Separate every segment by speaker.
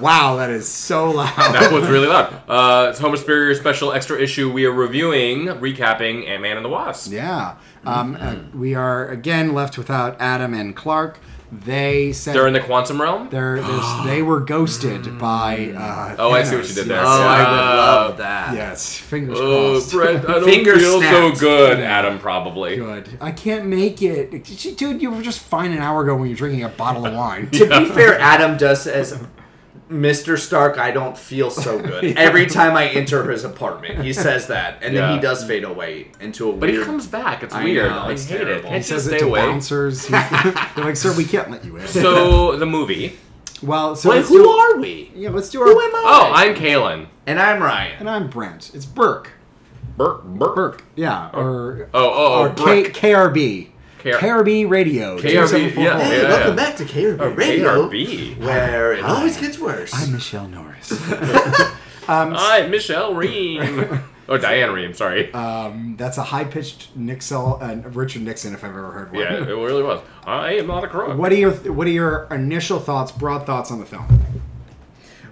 Speaker 1: Wow, that is so loud.
Speaker 2: That was really loud. Uh, it's Homer Superior special extra issue. We are reviewing, recapping Ant Man and the Wasp.
Speaker 1: yeah. Um, uh, we are again left without Adam and Clark. They said
Speaker 2: They're in the quantum realm.
Speaker 1: they're- they're- they were ghosted by. Uh,
Speaker 2: Mm. Oh, I see what
Speaker 1: Thanos.
Speaker 2: you did
Speaker 1: Yes.
Speaker 2: there.
Speaker 3: Oh, I would
Speaker 2: Uh,
Speaker 3: love that.
Speaker 1: Yes, fingers
Speaker 2: Oh,
Speaker 1: crossed.
Speaker 2: Brett, I don't
Speaker 3: Finger
Speaker 2: feel
Speaker 3: snapped.
Speaker 2: so good, Adam. Probably.
Speaker 1: Good. I can't make it, She- dude. You were just fine an hour ago when you're drinking a bottle of wine.
Speaker 3: To be fair, Adam does as Mr. Stark, I don't feel so good. Every time I enter his apartment, he says that, and then
Speaker 2: Yeah.
Speaker 3: he does fade away into a
Speaker 2: But
Speaker 3: weird.
Speaker 2: he comes back. It's
Speaker 3: I
Speaker 2: weird.
Speaker 3: know,
Speaker 2: I
Speaker 3: it's
Speaker 2: hate it. Can't
Speaker 3: terrible. He
Speaker 2: you
Speaker 1: He says
Speaker 2: stay
Speaker 1: it to
Speaker 2: away.
Speaker 1: bouncers. He- they're like, "Sir, we can't let you in."
Speaker 2: So the movie.
Speaker 1: well, so
Speaker 3: Like,
Speaker 1: let's
Speaker 3: who
Speaker 1: do-
Speaker 3: are we?
Speaker 1: Yeah, let's do our.
Speaker 3: Who am I?
Speaker 2: Oh, I'm Kalen.
Speaker 3: and I'm Ryan.
Speaker 1: And I'm Brent. It's Burke.
Speaker 2: Burke. Burke.
Speaker 1: Burke. Yeah. Or
Speaker 2: Oh, oh,
Speaker 1: or
Speaker 2: oh,
Speaker 1: K-
Speaker 2: Burke.
Speaker 1: KRB.
Speaker 2: K-
Speaker 1: KRB Radio.
Speaker 2: KRB,
Speaker 1: 2744.
Speaker 2: yeah,
Speaker 3: Hey,
Speaker 2: yeah.
Speaker 3: welcome back to KRB Radio,
Speaker 2: KRB.
Speaker 3: where it always gets worse.
Speaker 1: I'm Michelle Norris.
Speaker 2: I'm Michelle Ream. or Diane Ream. Sorry.
Speaker 1: Um, that's a high pitched Nixel uh, Richard Nixon, if I've ever heard one.
Speaker 2: yeah, it really was. I am not a crook.
Speaker 1: What are your What are your initial thoughts, broad thoughts on the film?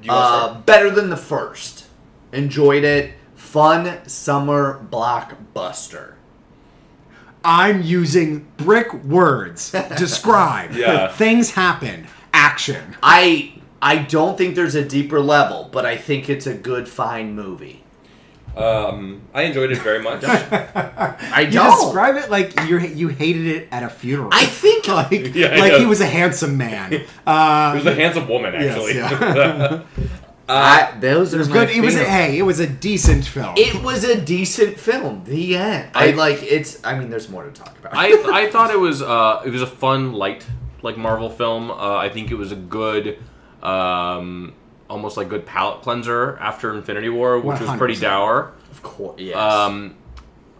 Speaker 2: You wanna start?
Speaker 3: Uh, better than the first. Enjoyed it. Fun summer blockbuster.
Speaker 1: I'm using brick words. Describe.
Speaker 2: Yeah.
Speaker 1: Things happen. Action.
Speaker 3: I I don't think there's a deeper level, but I think it's a good fine movie.
Speaker 2: Um, I enjoyed it very much. yeah,
Speaker 3: I
Speaker 1: You
Speaker 3: don't.
Speaker 1: describe it like you you hated it at a funeral.
Speaker 3: I think like
Speaker 1: like,
Speaker 2: Yeah, I
Speaker 1: like
Speaker 2: know.
Speaker 1: he was a handsome man. Uh,
Speaker 2: it was a handsome woman,
Speaker 1: yes,
Speaker 2: actually.
Speaker 1: yeah.
Speaker 3: I, those
Speaker 1: it
Speaker 3: are
Speaker 1: was
Speaker 3: my
Speaker 1: good. It was a,
Speaker 3: favorite.
Speaker 1: hey, it was a decent film.
Speaker 3: It was a decent film. The end. I,
Speaker 2: I-
Speaker 3: like it's. I mean, there's more to talk about.
Speaker 2: I I thought it was uh it was a fun light like Marvel film. Uh, I think it was a good um almost like good palate cleanser after Infinity War, which was pretty
Speaker 1: 100%.
Speaker 2: dour.
Speaker 3: of course. Yes.
Speaker 2: Um,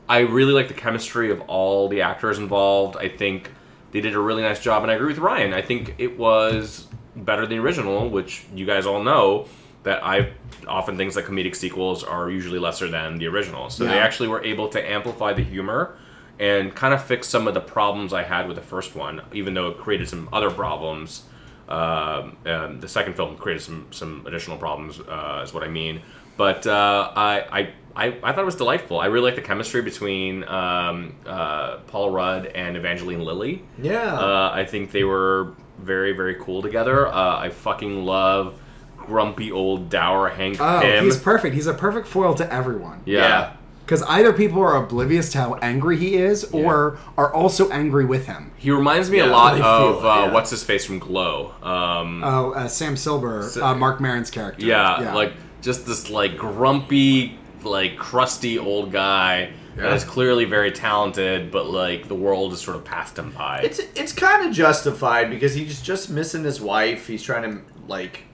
Speaker 2: I really like the chemistry of all the actors involved. I think they did a really nice job, and I agree with Ryan. I think it was better than the original, which you guys all know that I often thinks that comedic sequels are usually lesser than the original. So they
Speaker 1: Yeah.
Speaker 2: actually were able to amplify the humor and kind of fix some of the problems I had with the first one, even though it created some other problems. Um, um, the second film created some some additional problems, uh, is what I mean. But uh, I, I I I thought it was delightful. I really liked the chemistry between um, uh, Paul Rudd and Evangeline Lilly.
Speaker 3: yeah.
Speaker 2: Uh, I think they were very very cool together. Uh, I fucking love grumpy old dour Hank
Speaker 1: Oh,
Speaker 2: Pym.
Speaker 1: he's perfect. He's a perfect foil to everyone.
Speaker 2: yeah.
Speaker 1: Because either people are oblivious to how angry he is, or are also angry with him.
Speaker 2: He reminds me a
Speaker 3: Yeah,
Speaker 2: lot
Speaker 3: I feel
Speaker 2: of
Speaker 3: it,
Speaker 2: uh,
Speaker 3: yeah.
Speaker 2: what's his face from Glow. Um,
Speaker 1: Oh, uh, Sam Silver, uh, Mark Maron's character.
Speaker 2: yeah, like just this like grumpy, like crusty old guy that
Speaker 1: Yeah.
Speaker 2: is clearly very talented, but like the world has sort of passed him by.
Speaker 3: It's it's kind of justified because he's just missing his wife. He's trying to like.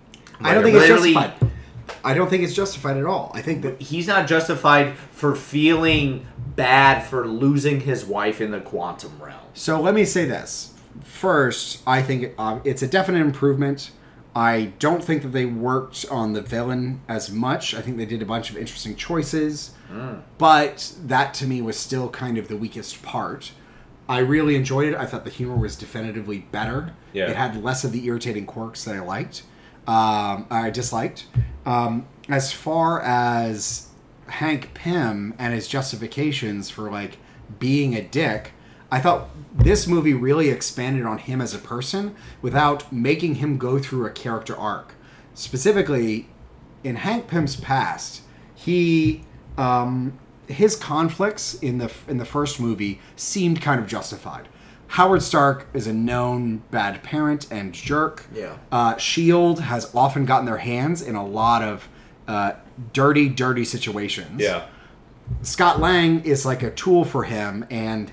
Speaker 1: I don't think it's
Speaker 3: literally-
Speaker 1: justified. I don't think it's justified at all. I think that
Speaker 3: He's not justified for feeling bad for losing his wife in the quantum realm.
Speaker 1: So let me say this. First, I think um, it's a definite improvement. I don't think that they worked on the villain as much. I think they did a bunch of interesting choices, but that to me was still kind of the weakest part. I really enjoyed it. I thought the humor was definitively better.
Speaker 2: Yeah.
Speaker 1: It had less of the irritating quirks that I liked, um, I disliked. Um, as far as Hank Pym and his justifications for like being a dick, I thought this movie really expanded on him as a person without making him go through a character arc. Specifically, in Hank Pym's past, he um, his conflicts in the in the first movie seemed kind of justified. Howard Stark is a known bad parent and jerk.
Speaker 3: Yeah.
Speaker 1: Uh, Shield has often gotten their hands in a lot of uh, dirty, dirty situations.
Speaker 2: yeah,
Speaker 1: Scott Lang is like a tool for him, and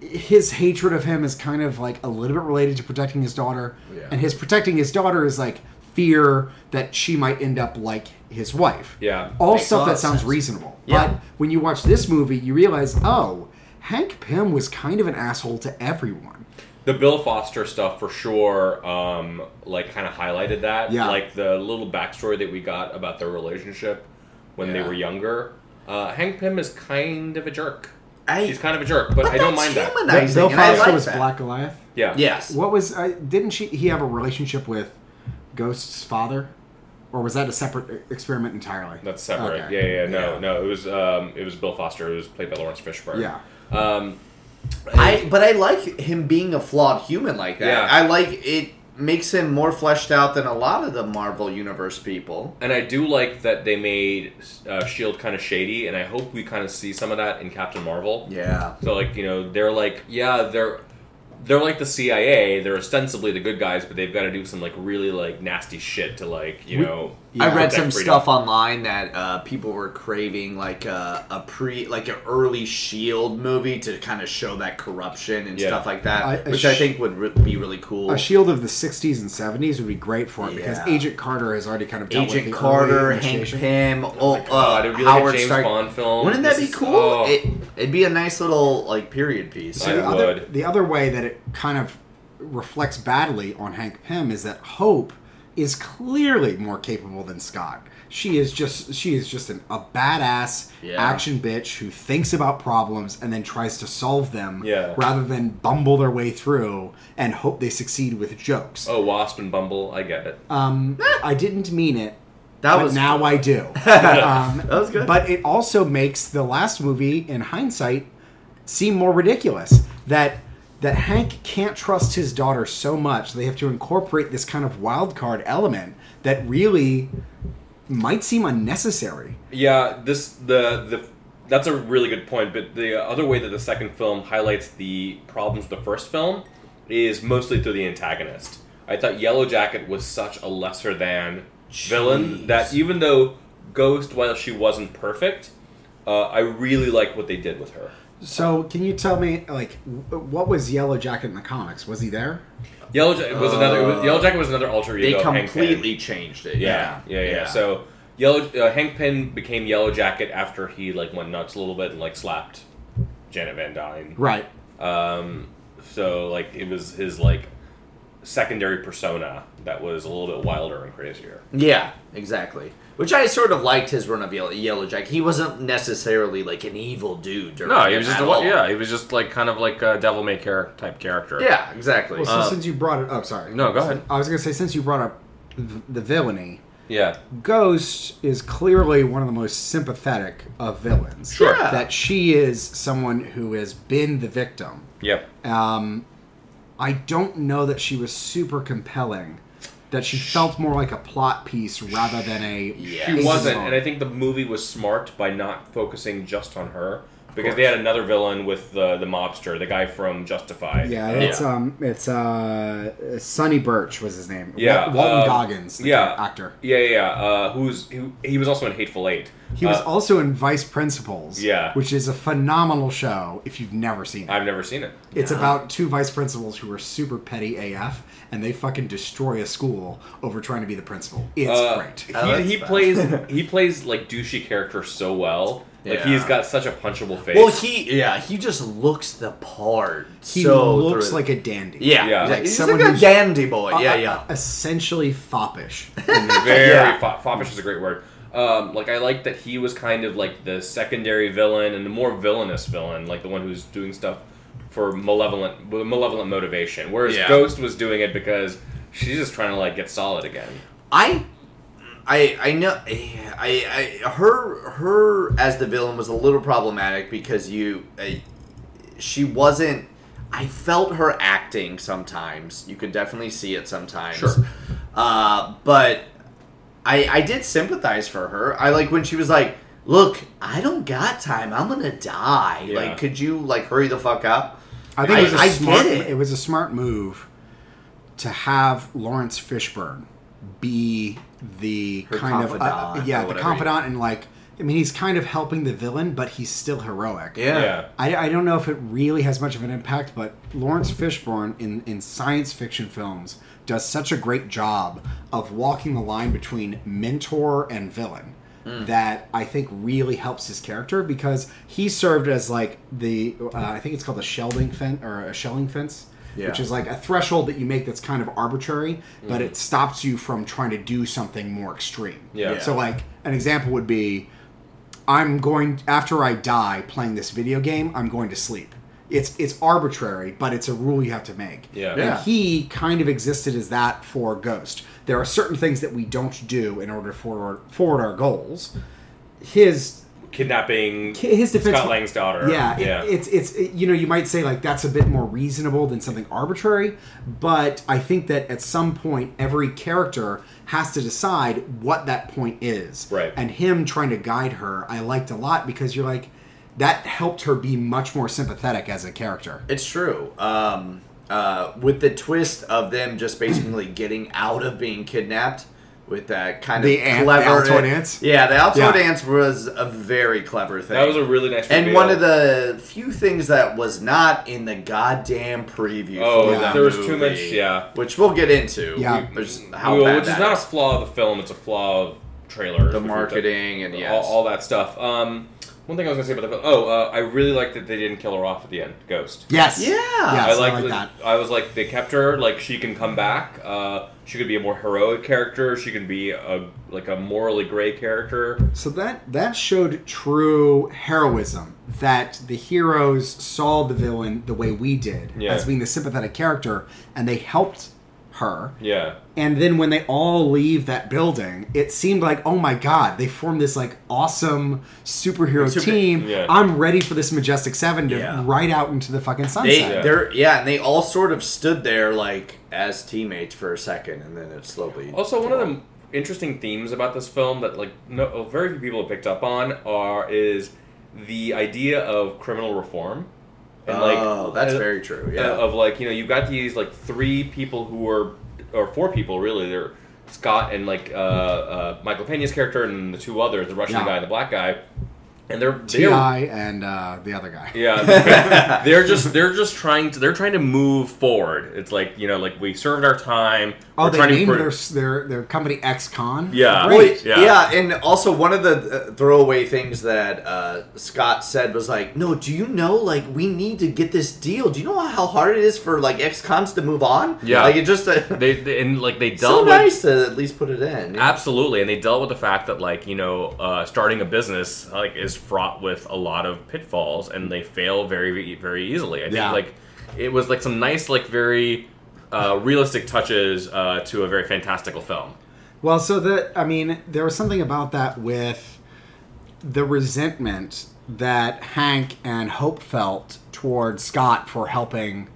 Speaker 1: his hatred of him is kind of like a little bit related to protecting his daughter.
Speaker 3: Yeah.
Speaker 1: And his protecting his daughter is like fear that she might end up like his wife.
Speaker 2: Yeah.
Speaker 1: All
Speaker 3: Makes a
Speaker 1: stuff
Speaker 3: lot
Speaker 1: that
Speaker 3: of
Speaker 1: sounds
Speaker 3: sense.
Speaker 1: reasonable.
Speaker 3: Yeah.
Speaker 1: But when you watch this movie, you realize, oh, Hank Pym was kind of an asshole to everyone.
Speaker 2: the Bill Foster stuff for sure. Um, like kind of highlighted that.
Speaker 1: Yeah.
Speaker 2: like the little backstory that we got about their relationship when they
Speaker 3: Yeah.
Speaker 2: were younger. Uh, Hank Pym is kind of a jerk.
Speaker 3: I-
Speaker 2: He's kind of a jerk, but, I don't mind that.
Speaker 3: humanizing,
Speaker 1: Bill
Speaker 3: and I
Speaker 1: Foster
Speaker 3: like
Speaker 1: was
Speaker 3: that.
Speaker 1: Black Goliath.
Speaker 2: Yeah.
Speaker 3: Yes.
Speaker 1: What was? Uh, didn't she? He have a relationship with Ghost's father, or was that a separate e-, experiment entirely?
Speaker 2: That's separate.
Speaker 1: Okay.
Speaker 2: Yeah, yeah, no,
Speaker 3: Yeah.
Speaker 2: no. It was um, it was Bill Foster, who was played by Lawrence Fishburne.
Speaker 1: Yeah.
Speaker 2: Um,
Speaker 3: I but I like him being a flawed human like that.
Speaker 2: Yeah.
Speaker 3: I like it makes him more fleshed out than a lot of the Marvel universe people.
Speaker 2: and I do like that they made uh, Shield kind of shady, and I hope we kind of see some of that in Captain Marvel.
Speaker 3: Yeah.
Speaker 2: So like you know they're like yeah they're they're like the CIA. They're ostensibly the good guys, but they've got to do some like really like nasty shit to like you
Speaker 1: We-
Speaker 2: know.
Speaker 1: Yeah.
Speaker 3: I read
Speaker 2: protect
Speaker 3: some
Speaker 2: freedom.
Speaker 3: stuff online that uh, people were craving like uh, a, a pre like an early Shield E movie to kind of show that corruption and
Speaker 2: Yeah.
Speaker 3: stuff like that,
Speaker 1: I- a
Speaker 3: which I
Speaker 1: sh-
Speaker 3: think would re- be really cool.
Speaker 1: A shield of the '60s and '70s would be great for it because
Speaker 3: Yeah.
Speaker 1: Agent Carter has already kind of dealt
Speaker 3: Agent
Speaker 1: with the
Speaker 3: Carter,
Speaker 1: early
Speaker 3: Hank
Speaker 1: initiation.
Speaker 3: Pym, oh,
Speaker 2: God, it
Speaker 3: uh,
Speaker 2: would be like
Speaker 3: Howard
Speaker 2: a James
Speaker 3: Stark.
Speaker 2: Bond film.
Speaker 3: Wouldn't that
Speaker 2: This
Speaker 3: be
Speaker 2: is-
Speaker 3: cool?
Speaker 2: oh.
Speaker 3: It, it'd be a nice little like period piece.
Speaker 1: So
Speaker 2: I
Speaker 1: the other
Speaker 2: would.
Speaker 1: the other way that it kind of reflects badly on Hank Pym is that Hope is clearly more capable than Scott. She is just she is just an, a badass
Speaker 3: Yeah.
Speaker 1: action bitch who thinks about problems and then tries to solve them
Speaker 2: Yeah.
Speaker 1: rather than bumble their way through and hope they succeed with jokes.
Speaker 2: oh, Wasp and Bumble. I get it.
Speaker 1: Um, I didn't mean it,
Speaker 3: That
Speaker 1: but
Speaker 3: was
Speaker 1: now I do. um,
Speaker 3: That was good.
Speaker 1: But it also makes the last movie, in hindsight, seem more ridiculous. That that Hank can't trust his daughter so much, they have to incorporate this kind of wild card element that really might seem unnecessary.
Speaker 2: Yeah, this the the that's a really good point. But the other way that the second film highlights the problems of the first film is mostly through the antagonist. I thought Yellow Jacket was such a lesser than villain
Speaker 3: Jeez.
Speaker 2: that even though Ghost, while she wasn't perfect, uh, I really like what they did with her.
Speaker 1: So, can you tell me, like, w- what was Yellow Jacket in the comics? Was he there?
Speaker 2: Yellow Jacket was another. it was- Yellow Jacket was another alter
Speaker 3: they
Speaker 2: ego. of Hank Pym.
Speaker 3: completely changed it.
Speaker 2: Yeah, yeah, yeah. So Yellow uh, Hank Pym became Yellow Jacket after he like went nuts a little bit and like slapped Janet Van Dyne.
Speaker 1: Right.
Speaker 2: Um, so like it was his like secondary persona that was a little bit wilder and crazier.
Speaker 3: Yeah, exactly. Which I sort of liked his run of Yellow, Yellow Jack. He wasn't necessarily like an evil dude. During
Speaker 2: No, he
Speaker 3: it
Speaker 2: was just
Speaker 3: at
Speaker 2: a,
Speaker 3: all.
Speaker 2: yeah, he was just like kind of like a devil may care type character.
Speaker 3: yeah, exactly.
Speaker 1: Well, so
Speaker 2: Uh,
Speaker 1: since you brought it, oh, sorry.
Speaker 2: no, go ahead.
Speaker 1: I was gonna say since you brought up th- the villainy,
Speaker 2: yeah,
Speaker 1: Ghost is clearly one of the most sympathetic of villains.
Speaker 2: Sure.
Speaker 3: Yeah.
Speaker 1: That she is someone who has been the victim.
Speaker 2: yep.
Speaker 1: Um, I don't know that she was super compelling. That she felt more like a plot piece rather than a.
Speaker 3: Yeah.
Speaker 2: She
Speaker 3: Yes.
Speaker 2: wasn't, and I think the movie was smart by not focusing just on her because they had another villain with the the mobster, the guy from Justified.
Speaker 1: Yeah,
Speaker 2: Uh,
Speaker 1: it's
Speaker 3: Yeah.
Speaker 1: um, it's uh, Sonny Birch was his name.
Speaker 2: Yeah,
Speaker 1: Wal- Walton
Speaker 2: um,
Speaker 1: Goggins, the
Speaker 2: yeah.
Speaker 1: actor.
Speaker 2: Yeah, yeah, yeah. Uh, who's who, he was also in Hateful Eight.
Speaker 1: He was
Speaker 2: Uh,
Speaker 1: also in Vice Principals.
Speaker 2: Yeah.
Speaker 1: which is a phenomenal show if you've never seen it.
Speaker 2: I've never seen it.
Speaker 1: It's
Speaker 3: Yeah.
Speaker 1: about two vice principals who are super petty AF, and they fucking destroy a school over trying to be the principal. It's
Speaker 2: Uh,
Speaker 1: great.
Speaker 3: Oh, that's
Speaker 2: He, he
Speaker 3: bad.
Speaker 2: plays he plays like douchey character so well. Like
Speaker 3: Yeah.
Speaker 2: he's got such a punchable face.
Speaker 3: Well, he yeah, he just looks the part.
Speaker 1: He
Speaker 3: so
Speaker 1: looks
Speaker 3: through-
Speaker 1: like a dandy.
Speaker 3: yeah,
Speaker 2: Yeah.
Speaker 3: yeah.
Speaker 2: Like
Speaker 3: he's
Speaker 1: someone
Speaker 3: like a
Speaker 1: who's-
Speaker 3: dandy boy.
Speaker 1: Uh,
Speaker 3: yeah,
Speaker 1: uh,
Speaker 3: yeah.
Speaker 1: Essentially foppish.
Speaker 2: very
Speaker 3: Yeah.
Speaker 2: fo- foppish is a great word. Um, like I like that he was kind of like the secondary villain and the more villainous villain, like the one who's doing stuff for malevolent with malevolent motivation. Whereas
Speaker 3: Yeah.
Speaker 2: Ghost was doing it because she's just trying to like get solid again.
Speaker 3: I, I, I know. I, I, her, her as the villain was a little problematic because you, uh, she wasn't. I felt her acting sometimes. You could definitely see it sometimes.
Speaker 2: Sure.
Speaker 3: Uh, but I, I did sympathize for her. I like when she was like, "Look, I don't got time. I'm gonna die.
Speaker 2: Yeah.
Speaker 3: Like, could you like hurry the fuck up?"
Speaker 1: I think it was a
Speaker 3: I- I get
Speaker 1: smart.
Speaker 3: it.
Speaker 1: was a smart move to have Lawrence Fishburne be the
Speaker 3: Her
Speaker 1: kind of uh,
Speaker 3: confidant
Speaker 1: yeah
Speaker 3: or
Speaker 1: the
Speaker 3: whatever you-
Speaker 1: confidant and like I mean he's kind of helping the villain, but he's still heroic.
Speaker 2: Yeah.
Speaker 1: I, I don't know if it really has much of an impact, but Lawrence Fishburne in, in science fiction films does such a great job of walking the line between mentor and villain
Speaker 2: Hmm.
Speaker 1: that I think really helps his character because he served as like the uh, I think it's called a shelving fence or a shelling fence.
Speaker 3: Yeah.
Speaker 1: Which is like a threshold that you make that's kind of arbitrary, but
Speaker 2: Hmm.
Speaker 1: it stops you from trying to do something more extreme.
Speaker 2: Yeah.
Speaker 1: So like an example would be I'm going after I die playing this video game, I'm going to sleep. it's it's arbitrary, but it's a rule you have to make.
Speaker 2: Yeah.
Speaker 1: And
Speaker 2: Yeah.
Speaker 1: he kind of existed as that for Ghost. There are certain things that we don't do in order to forward, forward our goals. His
Speaker 2: Kidnapping
Speaker 1: his defense
Speaker 2: Scott Lang's daughter.
Speaker 1: yeah, it-
Speaker 2: yeah.
Speaker 1: it's it's it- you know you might say like that's a bit more reasonable than something arbitrary, but I think that at some point every character has to decide what that point is.
Speaker 2: Right.
Speaker 1: And him trying to guide her, I liked a lot because you're like that helped her be much more sympathetic as a character.
Speaker 3: It's true. Um, uh, with the twist of them just basically getting out of being kidnapped with that kind
Speaker 1: The
Speaker 3: of
Speaker 1: ant- the
Speaker 3: clever
Speaker 1: Altoid ants?
Speaker 3: Yeah, the Altoid
Speaker 1: Yeah.
Speaker 3: ants was a very clever thing.
Speaker 2: that was a really nice.
Speaker 3: and
Speaker 2: reveal.
Speaker 3: one of the few things that was not in the goddamn preview.
Speaker 2: Oh,
Speaker 3: for that
Speaker 2: there was
Speaker 3: movie,
Speaker 2: too much- yeah.
Speaker 3: which we'll get into.
Speaker 1: Yeah.
Speaker 3: There's how
Speaker 2: Well,
Speaker 3: bad
Speaker 2: which is
Speaker 3: that
Speaker 2: not a flaw of the film; it's a flaw of trailers,
Speaker 3: The
Speaker 2: which we've
Speaker 3: marketing and
Speaker 2: all-
Speaker 3: yes.
Speaker 2: all, that stuff. Um, one thing I was gonna say about the film. Oh, uh, I really liked that they didn't kill her off at the end. Ghost.
Speaker 1: Yes.
Speaker 3: Yeah.
Speaker 1: Yes,
Speaker 2: I liked
Speaker 1: I like that.
Speaker 2: that. I was like, they kept her. Like she can come back. Uh, she could be a more heroic character. She can be a like a morally gray character.
Speaker 1: So that that showed true heroism that the heroes saw the villain the way we did
Speaker 2: Yeah.
Speaker 1: as being the sympathetic character and they helped her.
Speaker 2: Yeah.
Speaker 1: And then when they all leave that building, it seemed like, oh my god, they formed this like awesome superhero
Speaker 3: Super-
Speaker 1: team.
Speaker 2: yeah.
Speaker 1: I'm ready for this majestic seven to
Speaker 3: Yeah.
Speaker 1: ride out into the fucking sunset.
Speaker 3: They,
Speaker 2: Yeah.
Speaker 3: they're yeah, and they all sort of stood there like as teammates for a second, and then it slowly.
Speaker 2: Also, one of the interesting themes about this film that like no very few people have picked up on are is the idea of criminal reform.
Speaker 3: oh, that's
Speaker 2: uh,
Speaker 3: very true. Yeah,
Speaker 2: uh, of like you know you've got these like three people who are or four people really they're Scott and like uh, uh, Michael Pena's character and the two others the Russian
Speaker 1: Yeah.
Speaker 2: guy and the black guy and they're
Speaker 1: Ti
Speaker 2: they're
Speaker 1: and uh, the other guy.
Speaker 2: yeah they're just they're just trying to they're trying to move forward it's like you know like we served our time
Speaker 1: Oh,
Speaker 2: we're
Speaker 1: they
Speaker 2: trying
Speaker 1: named
Speaker 2: to pro-
Speaker 1: their, their their company XCon.
Speaker 2: Yeah.
Speaker 1: Great.
Speaker 3: Well,
Speaker 2: Yeah.
Speaker 3: yeah. and also one of the uh, throwaway things that uh, Scott said was like, "No, do you know like we need to get this deal? Do you know how hard it is for like ex-cons to move on?
Speaker 2: Yeah.
Speaker 3: like it just uh,
Speaker 2: they, they and like they
Speaker 3: so
Speaker 2: dealt with
Speaker 3: nice to at least put it in. Yeah.
Speaker 2: Absolutely, and they dealt with the fact that like you know uh, starting a business like is fraught with a lot of pitfalls, and they fail very very easily. I think
Speaker 1: Yeah.
Speaker 2: like it was like some nice like very uh, realistic touches uh, to a very fantastical film.
Speaker 1: Well, so the I mean, there was something about that with the resentment that Hank and Hope felt towards Scott for helping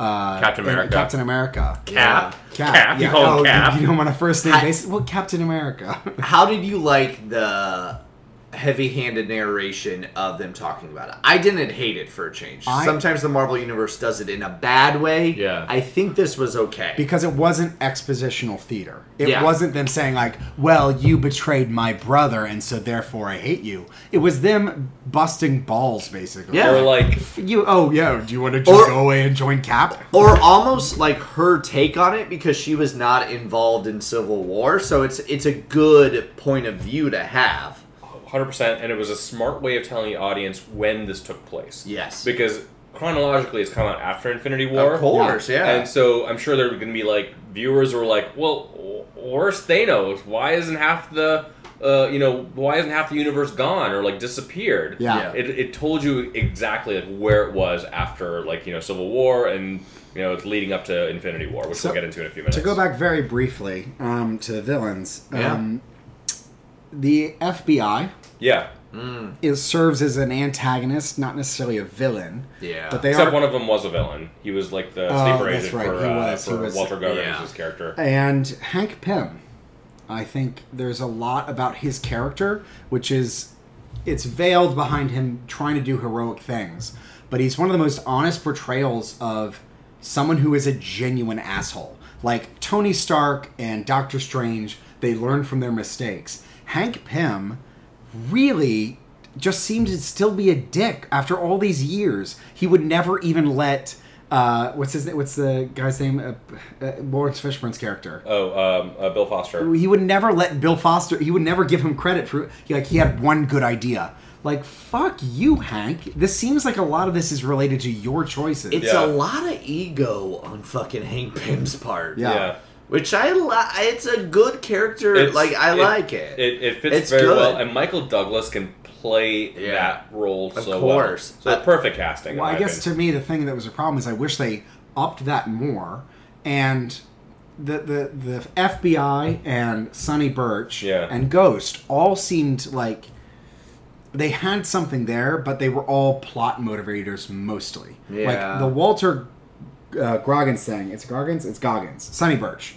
Speaker 1: uh,
Speaker 2: Captain
Speaker 1: in-
Speaker 2: America.
Speaker 1: Captain America.
Speaker 2: Cap,
Speaker 1: Cap.
Speaker 2: Cap,
Speaker 1: yeah.
Speaker 2: you call him
Speaker 1: oh,
Speaker 2: Cap.
Speaker 1: You, you don't want a first name
Speaker 3: Cap.
Speaker 1: basis. Well, Captain America.
Speaker 3: How did you like the heavy-handed narration of them talking about it? I didn't hate it for a change.
Speaker 1: I-
Speaker 3: Sometimes the Marvel universe does it in a bad way.
Speaker 2: Yeah.
Speaker 3: I think this was okay.
Speaker 1: because it wasn't expositional theater. It
Speaker 3: Yeah.
Speaker 1: wasn't them saying like, "Well, you betrayed my brother, and so therefore I hate you." It was them busting balls, basically.
Speaker 3: Yeah.
Speaker 2: or like
Speaker 1: You. Oh, yeah. Do you want to just
Speaker 3: Or-
Speaker 1: go away and join Cap?
Speaker 3: or almost like her take on it because she was not involved in civil war so it's it's a good point of view to have
Speaker 2: hundred percent, and it was a smart way of telling the audience when this took place.
Speaker 3: Yes.
Speaker 2: because chronologically, it's come out after Infinity War.
Speaker 3: of course yeah,
Speaker 2: And so I'm sure there are going to be like viewers who are like, well, w- where's Thanos? Why isn't half the uh, you know why isn't half the universe gone or like disappeared?
Speaker 1: Yeah.
Speaker 2: It, it told you exactly like where it was after like you know Civil War and you know it's leading up to Infinity War, which
Speaker 1: So,
Speaker 2: we'll get into in a few minutes.
Speaker 1: To go back very briefly um, to the villains,
Speaker 3: Yeah.
Speaker 1: um, the FBI
Speaker 2: yeah.
Speaker 1: is serves as an antagonist, not necessarily a villain.
Speaker 3: Yeah.
Speaker 1: but they
Speaker 2: Except
Speaker 1: are.
Speaker 2: one of them was a villain. He was like the
Speaker 1: Oh,
Speaker 2: sleeper
Speaker 1: that's
Speaker 2: agent
Speaker 1: right.
Speaker 2: for,
Speaker 1: He
Speaker 2: uh,
Speaker 1: was. He
Speaker 2: for
Speaker 1: was-
Speaker 2: Walter Goggins'
Speaker 3: yeah.
Speaker 2: character.
Speaker 1: and Hank Pym, I think there's a lot about his character, which is it's veiled behind him trying to do heroic things, but he's one of the most honest portrayals of someone who is a genuine asshole. Like Tony Stark and Doctor Strange, they learn from their mistakes. Hank Pym really just seemed to still be a dick after all these years. He would never even let uh, what's his what's the guy's name? Uh, uh, Lawrence Fishburne's character.
Speaker 2: Oh, um, uh, Bill Foster.
Speaker 1: He would never let Bill Foster. He would never give him credit for he, like he had one good idea. Like fuck you, Hank. This seems like a lot of this is related to your choices.
Speaker 3: it's
Speaker 2: Yeah.
Speaker 3: a lot of ego on fucking hank pym's part
Speaker 1: Yeah.
Speaker 3: which i li- it's a good character
Speaker 2: It's-
Speaker 3: like i like it,
Speaker 2: It, it fits
Speaker 3: It's
Speaker 2: very
Speaker 3: good.
Speaker 2: well, and Michael Douglas can play
Speaker 3: Yeah.
Speaker 2: that role
Speaker 3: Of
Speaker 2: so
Speaker 3: course.
Speaker 2: well. So
Speaker 3: Uh,
Speaker 2: perfect casting. in
Speaker 1: Well,
Speaker 2: my
Speaker 1: I guess
Speaker 2: opinion.
Speaker 1: to me the thing that was a problem is I wish they upped that more, and the the the FBI and Sonny Birch
Speaker 2: Yeah.
Speaker 1: and Ghost all seemed like they had something there, but they were all plot motivators mostly.
Speaker 3: Yeah.
Speaker 1: Like the Walter uh, Goggins thing. It's Goggins. It's Goggins. Sonny Birch.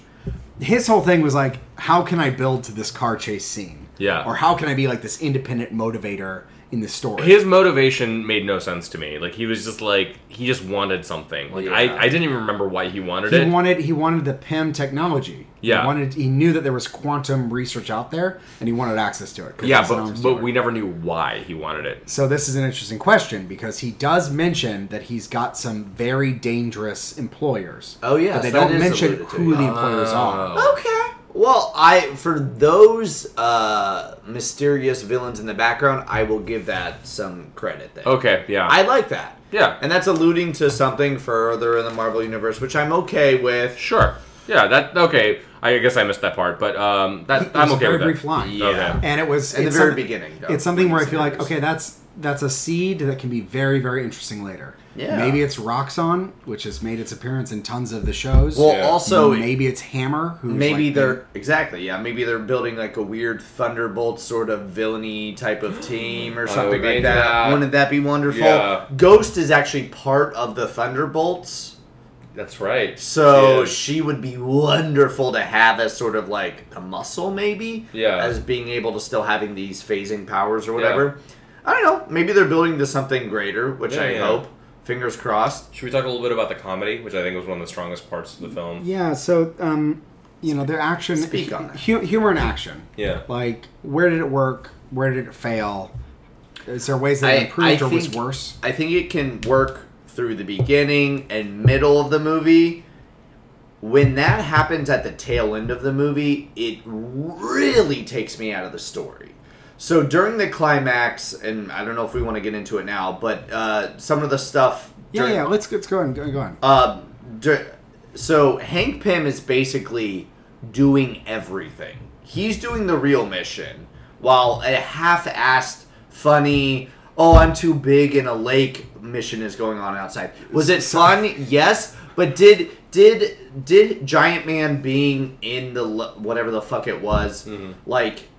Speaker 1: His whole thing was like, how can I build to this car chase scene?
Speaker 2: Yeah.
Speaker 1: Or how can I be like this independent motivator in the story?
Speaker 2: his motivation made no sense to me. Like he was just like he just wanted something. Like
Speaker 3: Yeah.
Speaker 2: I, I didn't even remember why he wanted
Speaker 1: he
Speaker 2: it.
Speaker 1: wanted he wanted the PIM technology.
Speaker 2: Yeah.
Speaker 1: He wanted he knew that there was quantum research out there and he wanted access to it. 'cause
Speaker 2: yeah,
Speaker 1: he's an
Speaker 2: but
Speaker 1: arms
Speaker 2: but
Speaker 1: dealer.
Speaker 2: we never knew why he wanted it.
Speaker 1: So this is an interesting question because he does mention that he's got some very dangerous employers.
Speaker 3: Oh, yes,
Speaker 1: But they
Speaker 3: that
Speaker 1: don't
Speaker 3: is
Speaker 1: mention
Speaker 3: alluded to,
Speaker 1: who the
Speaker 3: yeah.
Speaker 1: employers are.
Speaker 2: Oh.
Speaker 3: Okay. Well, I for those uh, mysterious villains in the background, I will give that some credit there.
Speaker 2: Okay, yeah,
Speaker 3: I like that.
Speaker 2: yeah,
Speaker 3: And that's alluding to something further in the Marvel universe, which I'm okay with.
Speaker 2: sure, yeah. That okay. I guess I missed that part, but um, that
Speaker 1: It was
Speaker 2: I'm
Speaker 1: a
Speaker 2: okay
Speaker 1: very
Speaker 2: with that.
Speaker 1: brief line.
Speaker 3: Yeah.
Speaker 2: Okay.
Speaker 1: And it was
Speaker 3: Oh. In the
Speaker 1: it's
Speaker 3: very
Speaker 1: some-
Speaker 3: beginning, though,
Speaker 1: It's something where I
Speaker 3: when
Speaker 1: feel like
Speaker 3: it's-
Speaker 1: okay, that's that's a seed that can be very very interesting later.
Speaker 3: Yeah.
Speaker 1: Maybe it's Roxon, which has made its appearance in tons of the shows.
Speaker 3: Well,
Speaker 2: Yeah.
Speaker 3: also
Speaker 1: maybe it's Hammer. Who's
Speaker 3: maybe
Speaker 1: like the-
Speaker 3: they're exactly yeah. Maybe they're building like a weird Thunderbolt sort of villainy type of team or
Speaker 2: would
Speaker 3: something
Speaker 2: be
Speaker 3: like
Speaker 2: into
Speaker 3: that.
Speaker 2: that.
Speaker 3: Wouldn't that be wonderful?
Speaker 2: Yeah.
Speaker 3: Ghost is actually part of the Thunderbolts.
Speaker 2: That's right.
Speaker 3: So
Speaker 2: Yeah.
Speaker 3: she would be wonderful to have as sort of like a muscle, maybe.
Speaker 2: Yeah.
Speaker 3: As being able to still having these phasing powers or whatever. I don't know. Maybe they're building to something greater, which
Speaker 2: Yeah,
Speaker 3: I
Speaker 2: yeah.
Speaker 3: hope. Fingers crossed.
Speaker 2: Should we talk a little bit about the comedy, which I think was one of the strongest parts of the film?
Speaker 1: Yeah, so um, you know, their action,
Speaker 3: Speak on that.
Speaker 1: hu- humor and action.
Speaker 2: Yeah.
Speaker 1: Like, where did it work? Where did it fail? Is there ways that it improved or was worse?
Speaker 3: I think it can work through the beginning and middle of the movie. When that happens at the tail end of the movie, it really takes me out of the story. So during the climax, and I don't know if we want to get into it now, but uh, some of the stuff.
Speaker 1: Yeah,
Speaker 3: during-
Speaker 1: yeah. Let's let's go on. Go go on.
Speaker 3: um, dur- so Hank Pym is basically doing everything. He's doing the real mission, while a half-assed, funny, "Oh, I'm too big in a lake" mission is going on outside. Was it
Speaker 1: So-
Speaker 3: fun? Yes, but did did did Giant Man being in the l- whatever the fuck it was like?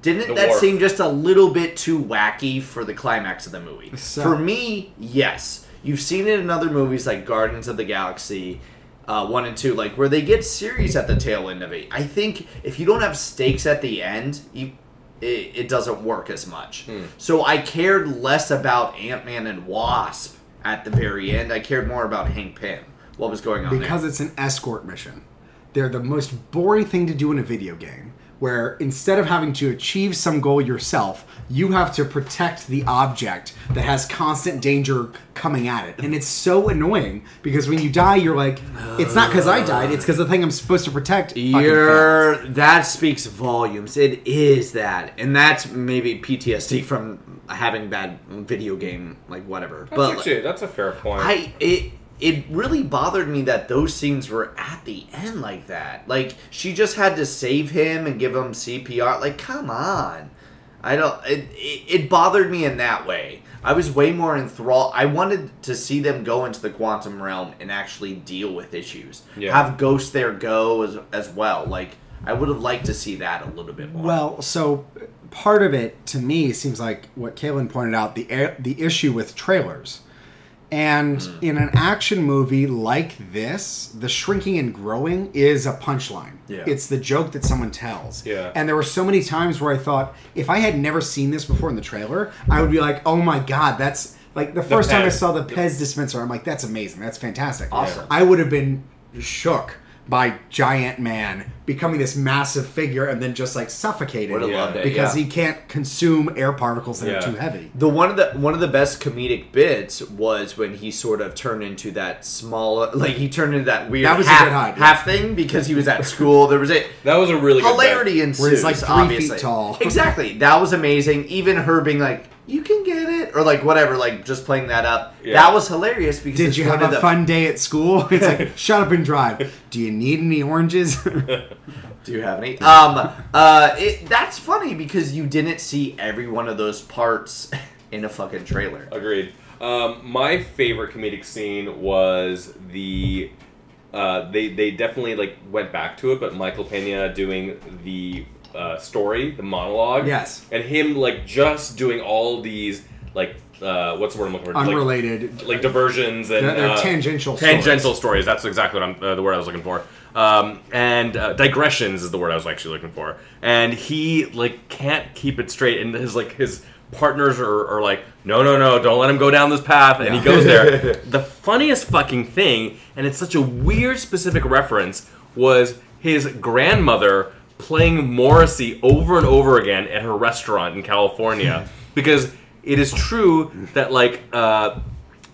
Speaker 3: Didn't
Speaker 2: Mm-hmm. The
Speaker 3: that
Speaker 2: wharf.
Speaker 3: seem just a little bit too wacky for the climax of the movie?
Speaker 1: So-
Speaker 3: for me, yes. You've seen it in other movies like Guardians of the Galaxy, uh, one and two, like where they get serious at the tail end of it. I think if you don't have stakes at the end, you, it, it doesn't work as much.
Speaker 2: Hmm.
Speaker 3: So I cared less about Ant Man and Wasp at the very end. I cared more about Hank Pym, what was going on
Speaker 1: Because
Speaker 3: there.
Speaker 1: it's an escort mission. They're the most boring thing to do in a video game, where instead of having to achieve some goal yourself, you have to protect the object that has constant danger coming at it. And it's so annoying because when you die, you're like, it's not because I died, it's because the thing I'm supposed to protect. fucking failed."
Speaker 3: You're, that speaks volumes. It is that, and that's maybe PTSD from having bad video game, like whatever.
Speaker 2: That's
Speaker 3: but
Speaker 2: actually that's a fair point.
Speaker 3: I it it really bothered me that those scenes were at the end like that. Like she just had to save him and give him CPR. Like come on. I don't it it, it bothered me in that way. I was way more enthralled. I wanted to see them go into the quantum realm and actually deal with issues.
Speaker 2: Yeah.
Speaker 3: Have Ghost there go as as well. Like I would have liked to see that a little bit more.
Speaker 1: Well, so part of it to me seems like what Kalen pointed out the the issue with trailers. And in an action movie like this, the shrinking and growing is a punchline.
Speaker 3: Yeah.
Speaker 1: It's the joke that someone tells.
Speaker 2: Yeah.
Speaker 1: And there were so many times where I thought, if I had never seen this before in the trailer, I would be like, oh my God, that's like the first time I
Speaker 2: Pez.
Speaker 1: saw the Pez dispenser, I'm like, that's amazing. That's fantastic.
Speaker 3: Awesome.
Speaker 1: I would have been shook by Giant Man becoming this massive figure and then just like suffocated
Speaker 3: Would've
Speaker 2: loved it,
Speaker 1: because
Speaker 3: yeah.
Speaker 1: he can't consume air particles that
Speaker 2: Yeah.
Speaker 1: are too heavy.
Speaker 3: The one of the one of the best comedic bits was when he sort of turned into that smaller, like he turned into that weird
Speaker 1: That was a
Speaker 3: half,
Speaker 1: good hide, yeah.
Speaker 3: half thing because he was at school. There was a
Speaker 2: that was a really good bit.
Speaker 3: hilarity ensues.
Speaker 1: Where he's like three feet
Speaker 3: obviously.
Speaker 1: tall.
Speaker 3: exactly. That was amazing. Even her being like, "You can get it or like whatever, like just playing that up.
Speaker 2: Yeah.
Speaker 3: That was hilarious because
Speaker 1: Did
Speaker 3: it's
Speaker 1: you
Speaker 3: one
Speaker 1: have
Speaker 3: of
Speaker 1: a
Speaker 3: the-
Speaker 1: fun day at school? It's like, shut up and drive. Do you need any oranges?
Speaker 3: Do you have any? Um, uh, it, that's funny because you didn't see every one of those parts in a fucking trailer.
Speaker 2: Agreed. Um, my favorite comedic scene was the. Uh, they they definitely like went back to it, but Michael Pena doing the uh, story, the monologue,
Speaker 1: Yes.
Speaker 2: and him like just doing all these like uh, what's the word I'm looking for? Like-
Speaker 1: Unrelated.
Speaker 2: like, diversions and
Speaker 1: They're- they're
Speaker 2: uh,
Speaker 1: tangential
Speaker 2: tangential stories. That's exactly what I'm uh, the word I was looking for. Um, and uh, digressions is the word I was actually looking for. And he like can't keep it straight, and his like his partners are, are like, no, no, no, don't let him go down this path, and he
Speaker 1: Yeah.
Speaker 2: goes there. the funniest fucking thing, and it's such a weird specific reference, was his grandmother playing Morrissey over and over again at her restaurant in California because. It is true that like uh,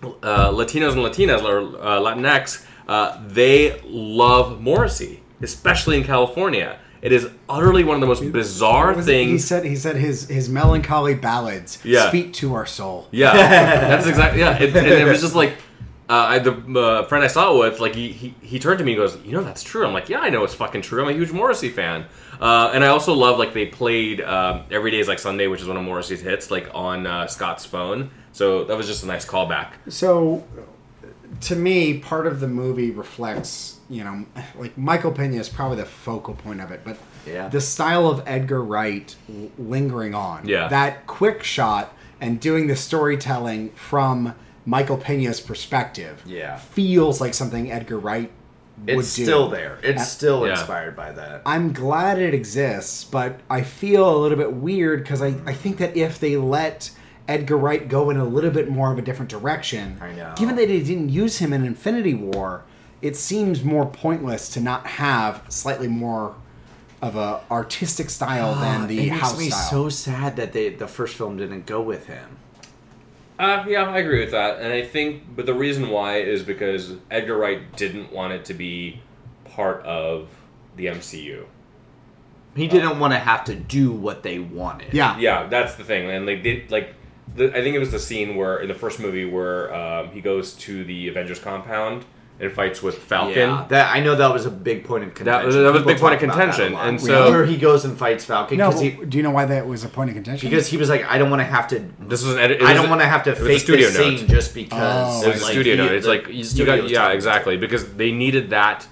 Speaker 2: uh, Latinos and Latinas or uh, Latinx, uh, they love Morrissey, especially in California. It is utterly one of the most
Speaker 1: What
Speaker 2: bizarre
Speaker 1: was it? He
Speaker 2: things.
Speaker 1: said he said his his melancholy ballads
Speaker 2: Yeah.
Speaker 1: speak to our soul.
Speaker 2: Yeah, that's exactly. Yeah, it, and it was just like uh, I, the uh, friend I saw it with, like he, he he turned to me and goes, "You know that's true." I'm like, "Yeah, I know it's fucking true." I'm a huge Morrissey fan, uh, and I also love like they played um, "Every Day Is Like Sunday," which is one of Morrissey's hits, like on uh, Scott's phone. So that was just a nice callback.
Speaker 1: So, to me, part of the movie reflects, you know, like Michael Pena is probably the focal point of it, but
Speaker 3: Yeah.
Speaker 1: the style of Edgar Wright l- lingering on.
Speaker 2: Yeah.
Speaker 1: That quick shot and doing the storytelling from Michael Pena's perspective
Speaker 3: Yeah.
Speaker 1: feels like something Edgar Wright would
Speaker 3: It's
Speaker 1: do.
Speaker 3: still there. It's still
Speaker 2: Yeah.
Speaker 3: inspired by that.
Speaker 1: I'm glad it exists, but I feel a little bit weird because I, I think that if they let Edgar Wright go in a little bit more of a different direction,
Speaker 3: I know.
Speaker 1: given that they didn't use him in Infinity War, it seems more pointless to not have slightly more of a artistic style than the
Speaker 3: Uh, Ah, it makes
Speaker 1: house
Speaker 3: me
Speaker 1: style.
Speaker 3: so sad that they the first film didn't go with him.
Speaker 2: Uh, yeah, I agree with that, and I think, but the reason why is because Edgar Wright didn't want it to be part of the MCU.
Speaker 3: He didn't want to have to do what they wanted.
Speaker 1: Uh, yeah,
Speaker 2: Yeah, that's the thing, and like, they, like, the, I think it was the scene where in the first movie where um, he goes to the Avengers compound and fights with Falcon.
Speaker 3: Yeah, that I know that was a big point of contention.
Speaker 2: was- that was a
Speaker 3: People
Speaker 2: big point of
Speaker 3: talk about that a
Speaker 2: contention,
Speaker 3: lot.
Speaker 2: and
Speaker 3: We-
Speaker 2: so-
Speaker 3: where he goes and fights Falcon
Speaker 1: No,
Speaker 3: because he
Speaker 1: but do you know why that was a point of contention?
Speaker 3: because he was like, I don't want to have to.
Speaker 2: This was an edit. it
Speaker 3: I
Speaker 2: was
Speaker 3: don't
Speaker 2: a-
Speaker 3: want to have to
Speaker 2: it was a
Speaker 3: fake
Speaker 2: studio
Speaker 3: this
Speaker 2: note.
Speaker 3: scene just because.
Speaker 1: Oh.
Speaker 2: It was a
Speaker 3: like,
Speaker 2: studio
Speaker 3: he-
Speaker 2: note. It's
Speaker 3: the
Speaker 2: like you
Speaker 3: studio
Speaker 2: got
Speaker 3: was
Speaker 2: yeah,
Speaker 3: talking.
Speaker 2: exactly because they needed that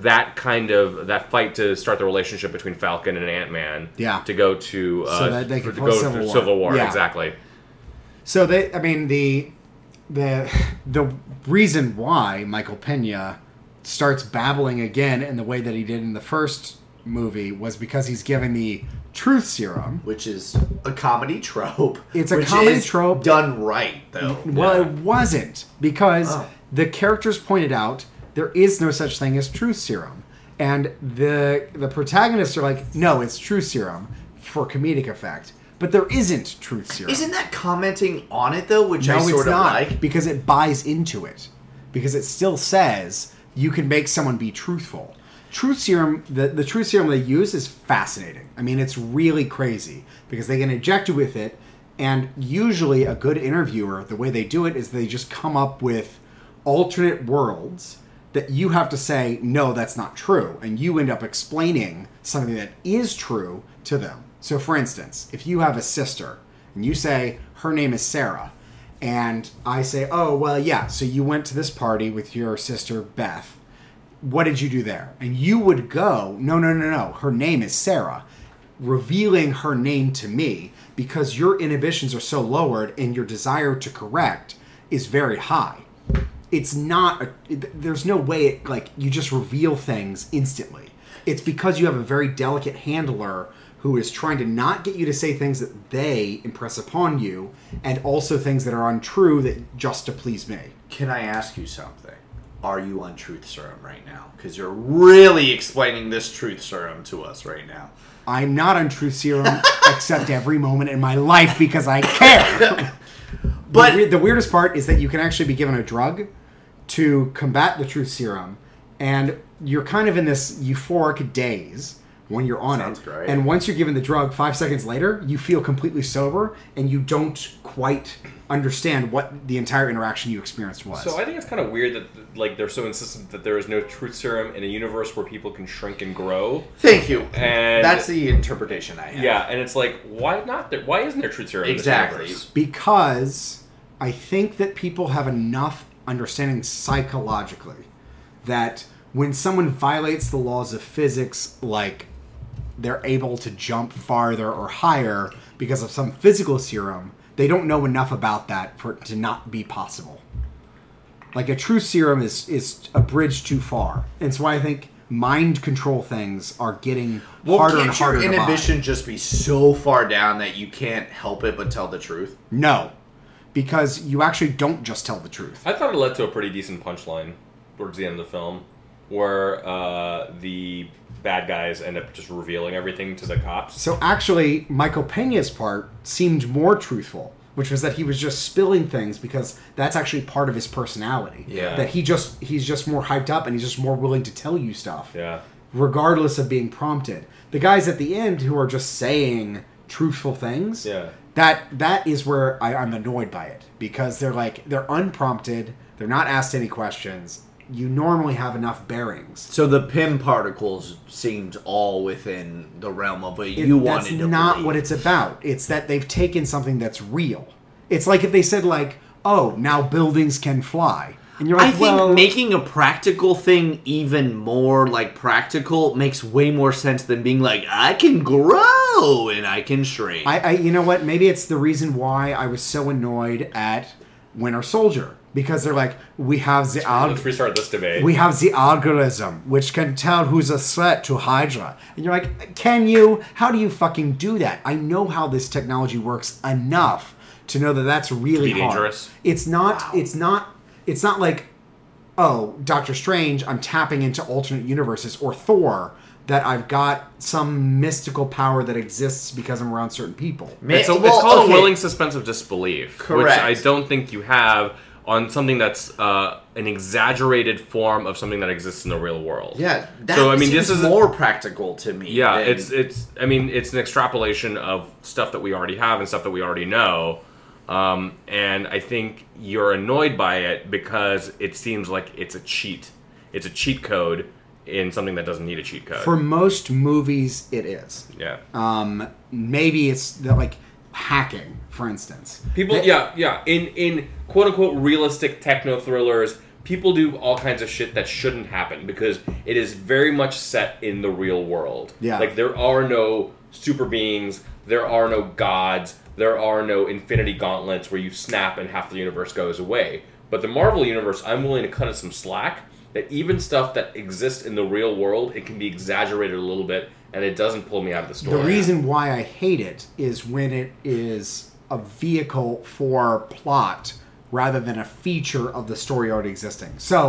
Speaker 2: that kind of that fight to start the relationship between Falcon and Ant Man.
Speaker 1: Yeah.
Speaker 2: to go to uh,
Speaker 1: So that they could
Speaker 2: to
Speaker 1: pull
Speaker 2: go
Speaker 1: Civil
Speaker 2: to
Speaker 1: War.
Speaker 2: Civil War
Speaker 1: Yeah.
Speaker 2: exactly.
Speaker 1: So they, I mean, the the the reason why Michael Pena starts babbling again in the way that he did in the first movie was because he's given the truth serum.
Speaker 3: which is a comedy trope.
Speaker 1: It's a
Speaker 3: which
Speaker 1: comedy
Speaker 3: is
Speaker 1: trope.
Speaker 3: done right, though.
Speaker 1: Well, it wasn't because
Speaker 3: Oh.
Speaker 1: the characters pointed out there is no such thing as truth serum, and the the protagonists are like, no, it's truth serum for comedic effect, but there isn't truth serum.
Speaker 3: Isn't that commenting on it though, which I
Speaker 1: No,
Speaker 3: sort
Speaker 1: it's
Speaker 3: of
Speaker 1: not
Speaker 3: like?
Speaker 1: because it buys into it. Because it still says you can make someone be truthful. Truth serum, the, the truth serum they use is fascinating. I mean, it's really crazy because they can inject you with it, and usually a good interviewer, the way they do it is they just come up with alternate worlds that you have to say, no, that's not true. And you end up explaining something that is true to them. So, for instance, if you have a sister and you say, her name is Sarah, and I say, oh, well, yeah, so you went to this party with your sister Beth. What did you do there? And you would go, no, no, no, no, her name is Sarah, revealing her name to me because your inhibitions are so lowered and your desire to correct is very high it's not a, it- there's no way it like you just reveal things instantly it's because you have a very delicate handler who is trying to not get you to say things that they impress upon you and also things that are untrue that just to please me
Speaker 3: Can I ask you something? Are you on truth serum right now? Because you're really explaining this truth serum to us right now.
Speaker 1: i'm not on truth serum except every moment in my life because i care
Speaker 3: But
Speaker 1: the, weir- the weirdest part is that you can actually be given a drug to combat the truth serum, and you're kind of in this euphoric daze when you're on
Speaker 3: Sounds
Speaker 1: it.
Speaker 3: great.
Speaker 1: And once you're given the drug, five seconds later, you feel completely sober and you don't quite understand what the entire interaction you experienced was.
Speaker 2: So I think it's kind of weird that like they're so insistent that there is no truth serum in a universe where people can shrink and grow.
Speaker 3: Thank you.
Speaker 2: And-
Speaker 3: that's the interpretation I
Speaker 2: Yeah,
Speaker 3: have.
Speaker 2: and it's like why not? There, why isn't there truth serum
Speaker 3: Exactly.
Speaker 2: in this universe?
Speaker 1: because I think that people have enough understanding psychologically that when someone violates the laws of physics, like they're able to jump farther or higher because of some physical serum, they don't know enough about that for it to not be possible. Like a true serum is is a bridge too far, and so I think mind control things are getting
Speaker 3: Well,
Speaker 1: harder
Speaker 3: can't
Speaker 1: and harder.
Speaker 3: your
Speaker 1: to buy.
Speaker 3: inhibition just be so far down that you can't help it but tell the truth?
Speaker 1: No, because you actually don't just tell the truth.
Speaker 2: I thought it led to a pretty decent punchline towards the end of the film, where uh, the bad guys end up just revealing everything to the cops.
Speaker 1: So actually, Michael Pena's part seemed more truthful, which was that he was just spilling things because that's actually part of his personality.
Speaker 3: Yeah.
Speaker 1: That he just he's just more hyped up and he's just more willing to tell you stuff,
Speaker 2: yeah,
Speaker 1: regardless of being prompted. The guys at the end who are just saying truthful things.
Speaker 2: Yeah.
Speaker 1: That that is where I, I'm annoyed by it because they're like they're unprompted. They're not asked any questions. You normally have enough bearings.
Speaker 3: So the Pym particles seemed all within the realm of what
Speaker 1: it-
Speaker 3: you wanted
Speaker 1: that's
Speaker 3: to
Speaker 1: not
Speaker 3: believe.
Speaker 1: what it's about it's that they've taken something that's real it's like if they said like oh now buildings can fly and you're
Speaker 3: I
Speaker 1: like
Speaker 3: think
Speaker 1: well
Speaker 3: making a practical thing even more like practical makes way more sense than being like I can grow and I can shrink.
Speaker 1: I, I you know what maybe it's the reason why i was so annoyed at winter soldier because they're like we have the alg-
Speaker 2: let's restart this debate.
Speaker 1: we have the algorithm which can tell who's a threat to hydra and you're like can you how do you fucking do that i know how this technology works enough to know that that's really
Speaker 2: To be
Speaker 1: hard.
Speaker 2: dangerous.
Speaker 1: it's not it's not it's not like oh doctor strange i'm tapping into alternate universes or thor that i've got some mystical power that exists because i'm around certain people
Speaker 3: Ma-
Speaker 2: it's, a, it's
Speaker 3: well,
Speaker 2: called
Speaker 3: okay.
Speaker 2: a willing suspense of disbelief,
Speaker 3: Correct.
Speaker 2: which I don't think you have on something that's uh, an exaggerated form of something that exists in the real world.
Speaker 3: Yeah, that
Speaker 2: so I mean, this
Speaker 3: seems
Speaker 2: is
Speaker 3: more practical to me.
Speaker 2: yeah.
Speaker 3: than-
Speaker 2: It's it's I mean, it's an extrapolation of stuff that we already have and stuff that we already know. Um, and I think you're annoyed by it because it seems like it's a cheat. It's a cheat code in something that doesn't need a cheat code.
Speaker 1: for most movies it is
Speaker 2: yeah.
Speaker 1: um maybe it's the, like hacking for instance
Speaker 2: People, yeah, yeah. In in quote unquote realistic techno thrillers, people do all kinds of shit that shouldn't happen because it is very much set in the real world.
Speaker 1: Yeah.
Speaker 2: like there are no super beings, there are no gods, there are no infinity gauntlets where you snap and half the universe goes away. But the Marvel universe, I'm willing to cut it some slack. That even stuff that exists in the real world, it can be exaggerated a little bit, and it doesn't pull me out of the story.
Speaker 1: The reason why I hate it is when it is a vehicle for plot rather than a feature of the story already existing. So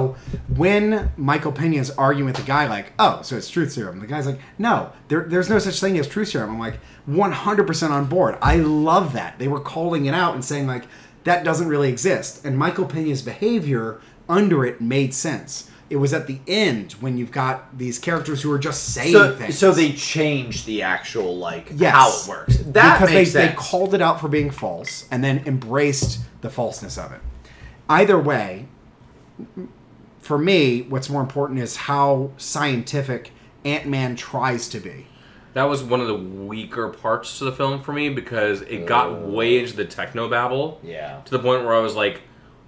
Speaker 1: when Michael Pena is arguing with the guy, like, oh, so it's truth serum, the guy's like, no, there, there's no such thing as truth serum. I'm like, 100% on board. I love that. They were calling it out and saying, like, that doesn't really exist. And Michael Pena's behavior under it made sense. It was at the end when you've got these characters who are just saying
Speaker 3: so,
Speaker 1: things
Speaker 3: so they changed the actual like
Speaker 1: yes.
Speaker 3: how it works. That
Speaker 1: because
Speaker 3: makes
Speaker 1: they,
Speaker 3: sense.
Speaker 1: they called it out for being false and then embraced the falseness of it. Either way, for me, what's more important is how scientific Ant Man tries to be.
Speaker 2: That was one of the weaker parts to the film for me because it got way into the techno babble.
Speaker 3: Oh. Yeah.
Speaker 2: To the point where I was like,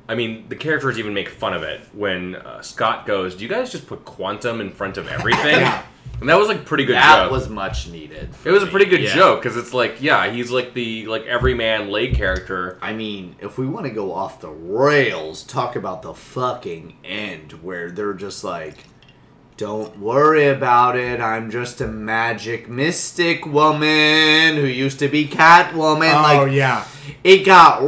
Speaker 2: I mean, the characters even make fun of it when uh, Scott goes, "Do you guys just put quantum in front of everything?"
Speaker 1: Yeah.
Speaker 2: And that was like pretty good
Speaker 3: that
Speaker 2: joke.
Speaker 3: was much needed. for
Speaker 2: it was a
Speaker 3: me,
Speaker 2: pretty good
Speaker 3: yeah.
Speaker 2: joke because it's like, yeah, he's like the like everyman lay character.
Speaker 3: I mean, if we want to go off the rails, talk about the fucking end where they're just like, "Don't worry about it. I'm just a magic mystic woman who used to be Catwoman." like,
Speaker 1: Oh, yeah,
Speaker 3: it got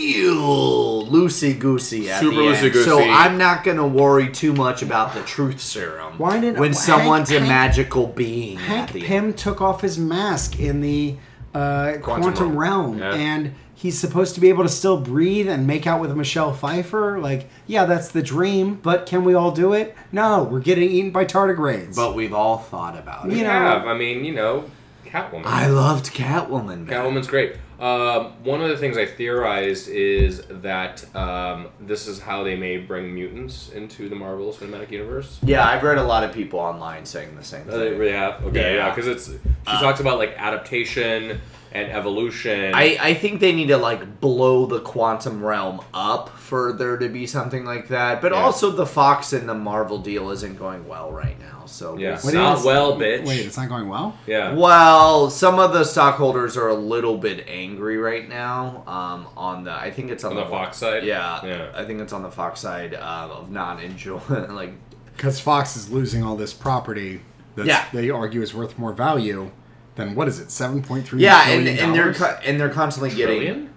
Speaker 3: real loosey goosey at
Speaker 2: Super
Speaker 3: the end.
Speaker 2: loosey-goosey.
Speaker 3: So I'm not gonna worry too much about the truth serum.
Speaker 1: Why didn't-
Speaker 3: when
Speaker 1: Hank-
Speaker 3: someone's a
Speaker 1: Hank-
Speaker 3: magical being
Speaker 1: Hank
Speaker 3: at the
Speaker 1: Pym took off his mask in the uh, quantum,
Speaker 2: Quantum
Speaker 1: realm,
Speaker 2: Realm. Yeah.
Speaker 1: and he's supposed to be able to still breathe and make out with Michelle Pfeiffer. Like, yeah, that's the dream, but can we all do it? No, we're getting eaten by tardigrades.
Speaker 3: But we've all thought about it.
Speaker 1: You
Speaker 2: You
Speaker 1: know-
Speaker 2: have. I mean, you know, Catwoman.
Speaker 3: I loved Catwoman. man.
Speaker 2: Catwoman's great. Um, one of the things I theorized is that um, this is how they may bring mutants into the Marvel Cinematic Universe.
Speaker 3: Yeah, I've read a lot of people online saying the same
Speaker 2: Uh, they
Speaker 3: thing.
Speaker 2: really have. Okay, yeah,
Speaker 3: Yeah. Uh,
Speaker 2: because it's she talks about like adaptation and evolution.
Speaker 3: I, I think they need to like blow the quantum realm up for there to be something like that. But
Speaker 2: Yeah.
Speaker 3: also the Fox and the Marvel deal isn't going well right now. So
Speaker 2: yeah,
Speaker 1: What
Speaker 2: not
Speaker 1: is-
Speaker 2: well, bitch.
Speaker 1: Wait, it's not going well?
Speaker 2: yeah,
Speaker 3: Well, some of the stockholders are a little bit angry right now. Um, on the I think it's on,
Speaker 2: on the Fox side.
Speaker 3: Yeah,
Speaker 2: yeah.
Speaker 3: I think it's on the Fox side um, of not enjoying like
Speaker 1: Because Fox is losing all this property that
Speaker 3: Yeah.
Speaker 1: they argue is worth more value than what is it, seven point three?
Speaker 3: yeah, and, and they're co- and they're constantly getting
Speaker 2: Trillion?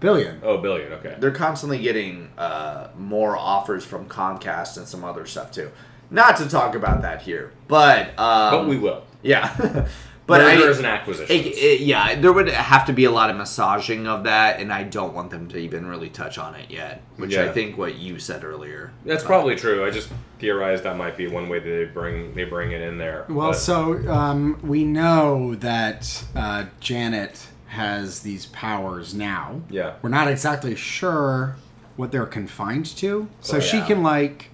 Speaker 1: billion.
Speaker 2: Oh, billion. Okay.
Speaker 3: they're constantly getting uh, more offers from Comcast and some other stuff too. Not to talk about that here, but um,
Speaker 2: but we will.
Speaker 3: yeah, but
Speaker 2: Merger
Speaker 3: I,
Speaker 2: is an acquisition.
Speaker 3: It, it- yeah, there would have to be a lot of massaging of that, and I don't want them to even really touch on it yet, which I
Speaker 2: Yeah.
Speaker 3: think what you said earlier.
Speaker 2: That's probably true. I just theorized that might be one way that they bring they bring it in there.
Speaker 1: Well,
Speaker 2: but-
Speaker 1: so um, we know that uh, Janet has these powers now.
Speaker 2: Yeah.
Speaker 1: We're not exactly sure what they're confined to. So
Speaker 2: Oh,
Speaker 1: she
Speaker 2: yeah.
Speaker 1: can, like,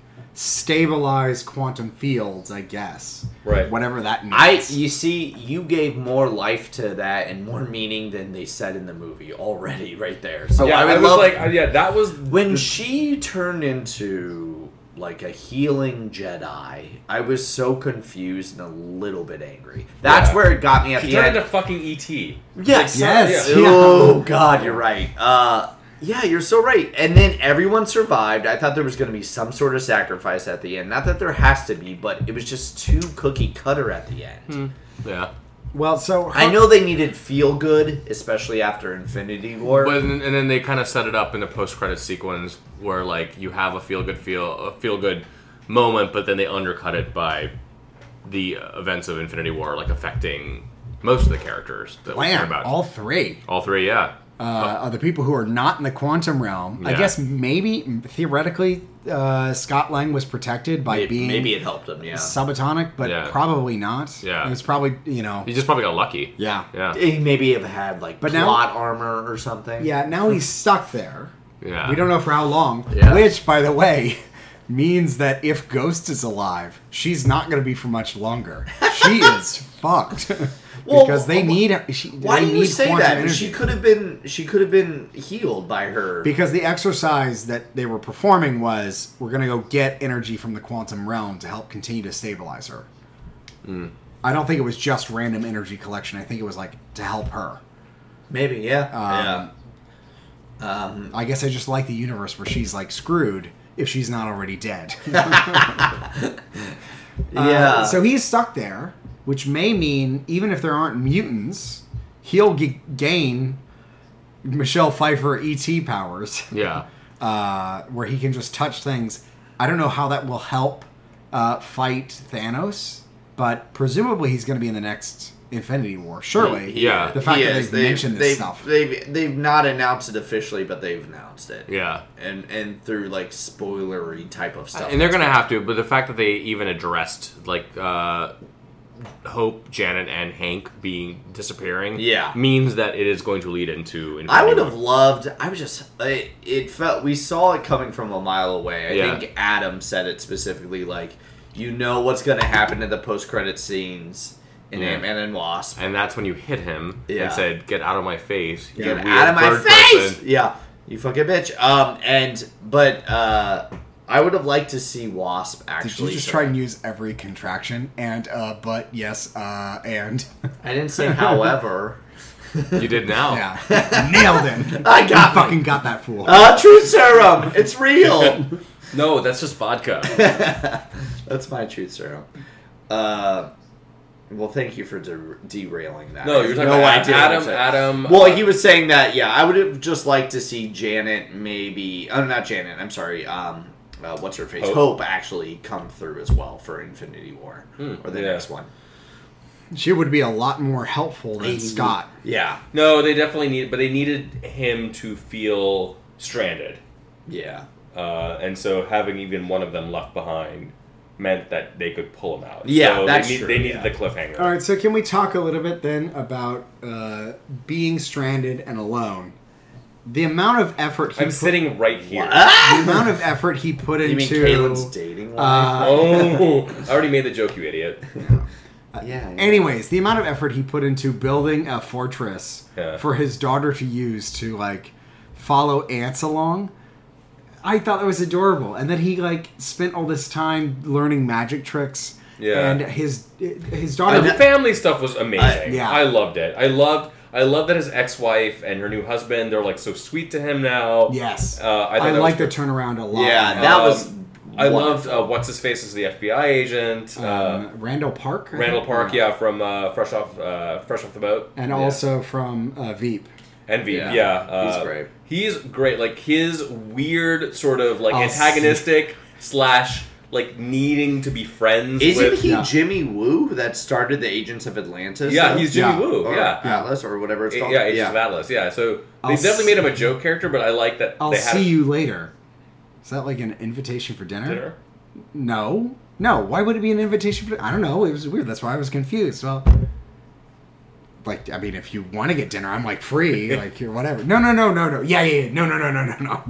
Speaker 1: stabilize quantum fields, I guess.
Speaker 2: Right.
Speaker 1: Whatever that means.
Speaker 3: I e- you see you gave more life to that and more meaning than they said in the movie already right there. So
Speaker 2: yeah,
Speaker 3: I
Speaker 2: I,
Speaker 3: would
Speaker 2: was
Speaker 3: love
Speaker 2: like, uh, yeah, that was
Speaker 3: when she turned into like a healing Jedi. I was so confused and a little bit angry. That's
Speaker 2: Yeah.
Speaker 3: where it got me at
Speaker 2: she
Speaker 3: the
Speaker 2: turned
Speaker 3: end.
Speaker 2: into fucking E ET.
Speaker 3: Yes.
Speaker 1: Yes.
Speaker 2: Yeah.
Speaker 1: Yeah.
Speaker 3: Oh God, you're right. Uh, yeah, you're so right. And then everyone survived. I thought there was going to be some sort of sacrifice at the end. Not that there has to be, but it was just too cookie cutter at the end.
Speaker 2: Hmm. Yeah,
Speaker 1: Well, so
Speaker 3: I know they needed feel good, especially after Infinity War.
Speaker 2: but and then they kind of set it up in the post credit sequence where like you have a feel good feel a feel good moment, but then they undercut it by the uh, events of Infinity War like affecting most of the characters that we care
Speaker 1: Blam,
Speaker 2: about.
Speaker 1: all three.
Speaker 2: All three, yeah.
Speaker 1: uh, are the people who are not in the quantum realm. I
Speaker 2: Yeah.
Speaker 1: guess maybe theoretically uh, Scott Lang was protected by
Speaker 3: maybe,
Speaker 1: being
Speaker 3: maybe it helped them. Yeah.
Speaker 1: subatomic, but
Speaker 2: Yeah.
Speaker 1: probably not.
Speaker 2: Yeah.
Speaker 1: it was probably you know
Speaker 2: He just probably got lucky.
Speaker 1: yeah
Speaker 2: Yeah.
Speaker 3: They maybe have had like
Speaker 1: But now-
Speaker 3: plot armor or something.
Speaker 1: yeah. Now he's stuck there.
Speaker 2: Yeah.
Speaker 1: We don't know for how long.
Speaker 3: Yeah.
Speaker 1: Which, by the way. Means that if Ghost is alive, she's not going to be for much longer. She is fucked
Speaker 3: Well,
Speaker 1: because they
Speaker 3: wh-
Speaker 1: need. She,
Speaker 3: Why
Speaker 1: they
Speaker 3: do you
Speaker 1: need
Speaker 3: say
Speaker 1: quantum
Speaker 3: that?
Speaker 1: energy.
Speaker 3: She could have been. She could have been healed by her.
Speaker 1: Because the exercise that they were performing was we're going to go get energy from the quantum realm to help continue to stabilize her. I don't think it was just random energy collection. I think it was like to help her.
Speaker 3: maybe.
Speaker 1: Um,
Speaker 3: Yeah. yeah. Um,
Speaker 1: I guess I just like the universe where she's like screwed if she's not already dead. Uh,
Speaker 3: Yeah.
Speaker 1: so he's stuck there, which may mean even if there aren't mutants, he'll g- gain Michelle Pfeiffer ET powers.
Speaker 2: Yeah.
Speaker 1: uh, where he can just touch things. I don't know how that will help uh, fight Thanos, but presumably he's going to be in the next Infinity War. Surely,
Speaker 2: Yeah.
Speaker 1: The fact that
Speaker 3: Yes,
Speaker 1: they've, mentioned this
Speaker 3: they've,
Speaker 1: stuff,
Speaker 3: They've they've not announced it officially, but they've announced it.
Speaker 2: Yeah.
Speaker 3: And and through like spoilery type of stuff.
Speaker 2: and they're gonna have to. But the fact that they even addressed like uh, Hope, Janet, and Hank being disappearing,
Speaker 3: Yeah.
Speaker 2: means that it is going to lead into. Infinity
Speaker 3: I would
Speaker 2: War.
Speaker 3: have loved. I was just. It, it felt we saw it coming from a mile away. I
Speaker 2: Yeah.
Speaker 3: think Adam said it specifically. Like you know what's gonna happen in the post credit scenes in
Speaker 2: Yeah.
Speaker 3: Ant Man and Wasp.
Speaker 2: and that's when you hit him
Speaker 3: Yeah.
Speaker 2: and said, "Get out of my face! you
Speaker 3: Get
Speaker 2: weird
Speaker 3: out of my
Speaker 2: bird
Speaker 3: face!
Speaker 2: person."
Speaker 3: Yeah, you fucking bitch. Um, and but uh, I would have liked to see Wasp actually.
Speaker 1: did you just try and use every contraction? And uh, but yes, uh, and
Speaker 3: I didn't say however.
Speaker 2: You did now.
Speaker 1: yeah, nailed it.
Speaker 3: I got
Speaker 1: You fucking got that fool.
Speaker 3: Uh, truth serum. It's real.
Speaker 2: No, that's just vodka.
Speaker 3: That's my truth serum. Uh, well, thank you for der- derailing that.
Speaker 2: No,
Speaker 3: I
Speaker 2: you're
Speaker 3: have
Speaker 2: talking about
Speaker 3: idea what
Speaker 2: Adam-
Speaker 3: I'm saying.
Speaker 2: Adam,
Speaker 3: Well,
Speaker 2: uh,
Speaker 3: he was saying that. Yeah, I would have just liked to see Janet. Maybe. Oh, not Janet. I'm sorry. Um, uh, what's her face?
Speaker 2: Hope.
Speaker 3: Hope. actually come through as well for Infinity War or the
Speaker 2: Hmm, yeah.
Speaker 3: next one.
Speaker 1: She would be a lot more helpful than Scott.
Speaker 3: Yeah.
Speaker 2: No, they definitely need, but they needed him to feel stranded,
Speaker 3: Yeah.
Speaker 2: uh, and so having even one of them left behind meant that they could pull him out.
Speaker 3: Yeah,
Speaker 2: so
Speaker 3: that's
Speaker 2: they, need-
Speaker 3: true,
Speaker 2: they needed
Speaker 3: yeah.
Speaker 2: the cliffhanger.
Speaker 1: All right, so can we talk a little bit then about uh, being stranded and alone? The amount of effort he
Speaker 2: I'm
Speaker 1: put,
Speaker 2: sitting right here.
Speaker 3: Ah!
Speaker 1: the amount of effort he put
Speaker 3: You
Speaker 1: into
Speaker 3: mean Caitlin's dating life?
Speaker 1: uh,
Speaker 2: Oh, I already made the joke, you idiot.
Speaker 3: yeah. yeah.
Speaker 1: Anyways, the amount of effort he put into building a fortress
Speaker 2: Yeah.
Speaker 1: for his daughter to use to like follow ants along, I thought that was adorable. And then he like spent all this time learning magic tricks.
Speaker 2: Yeah.
Speaker 1: And his his
Speaker 2: The
Speaker 1: daughter.
Speaker 2: family stuff was amazing.
Speaker 1: I- yeah.
Speaker 2: I loved it. I loved. I loved that his ex-wife and her new husband are like so sweet to him now.
Speaker 1: yes.
Speaker 2: Uh, I, thought
Speaker 1: I
Speaker 2: that
Speaker 1: like the
Speaker 2: was-
Speaker 1: turnaround a lot.
Speaker 3: Yeah,
Speaker 1: man.
Speaker 3: that
Speaker 2: Um,
Speaker 3: was.
Speaker 2: I
Speaker 3: wonderful.
Speaker 2: loved uh, what's his face as the FBI agent. uh,
Speaker 1: Um, Randall Park. I
Speaker 2: Randall
Speaker 1: think?
Speaker 2: Park, yeah, from uh, Fresh Off uh, Fresh Off the Boat.
Speaker 1: And
Speaker 3: Yeah.
Speaker 1: also from uh, Veep.
Speaker 2: Envy,
Speaker 3: Yeah.
Speaker 2: yeah.
Speaker 3: He's
Speaker 2: uh,
Speaker 3: great.
Speaker 2: He's great. Like his weird sort of like
Speaker 1: I'll
Speaker 2: antagonistic slash like needing to be friends
Speaker 3: Isn't
Speaker 2: with
Speaker 3: he
Speaker 1: yeah.
Speaker 3: Jimmy Woo that started the Agents of Atlantis?
Speaker 2: Yeah, he's Jimmy
Speaker 1: Yeah.
Speaker 2: Woo.
Speaker 3: or
Speaker 2: yeah.
Speaker 3: Atlas or whatever it's
Speaker 2: Yeah,
Speaker 3: called.
Speaker 2: yeah, Agents of Atlas. Yeah, so they
Speaker 1: I'll
Speaker 2: definitely
Speaker 1: see-
Speaker 2: made him a joke character, but I like that
Speaker 1: I'll
Speaker 2: they had
Speaker 1: see
Speaker 2: a
Speaker 1: you later. Is that like an invitation for dinner?
Speaker 2: dinner.
Speaker 1: No. No. Why would it be an invitation for I don't know. It was weird. That's why I was confused. Well, like, I mean, if you want to get dinner, I'm like free. Like, you're whatever. No, no, no, no, no. Yeah, yeah, yeah. No, no, no, no, no, no.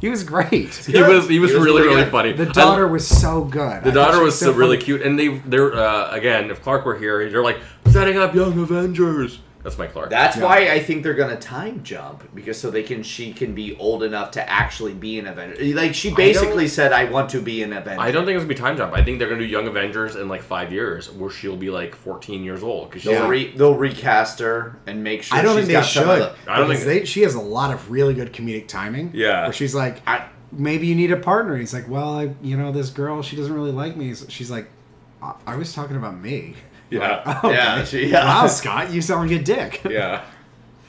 Speaker 1: He was great.
Speaker 3: He was- he was really, really
Speaker 2: funny.
Speaker 1: The daughter was so good.
Speaker 2: The daughter was so really cute, and they they're uh, again. If Clark were here, they're like setting up Young Avengers. That's my Clark.
Speaker 3: That's
Speaker 1: Yeah.
Speaker 3: why I think they're gonna time jump because so they can she can be old enough to actually be an Avenger. Like she basically said, "I want to be an Avenger."
Speaker 2: I don't think it's gonna be time jump. I think they're gonna do Young Avengers in like five years, where she'll be like 14 years old because she's
Speaker 3: They'll,
Speaker 1: Yeah.
Speaker 2: like,
Speaker 3: re, they'll recast her and make sure.
Speaker 1: I don't think
Speaker 3: she's
Speaker 1: they
Speaker 3: got some
Speaker 1: should.
Speaker 3: of the-
Speaker 2: I don't
Speaker 1: because
Speaker 2: think-
Speaker 1: they, she has a lot of really good comedic timing.
Speaker 2: Yeah.
Speaker 1: where she's like,
Speaker 3: I-
Speaker 1: maybe you need a partner. He's like, well, I, you know, this girl, she doesn't really like me. So She's like, I, I was talking about me.
Speaker 2: yeah,
Speaker 1: Okay.
Speaker 3: Yeah, she, yeah.
Speaker 1: Wow, Scott, you sound like a dick.
Speaker 2: yeah.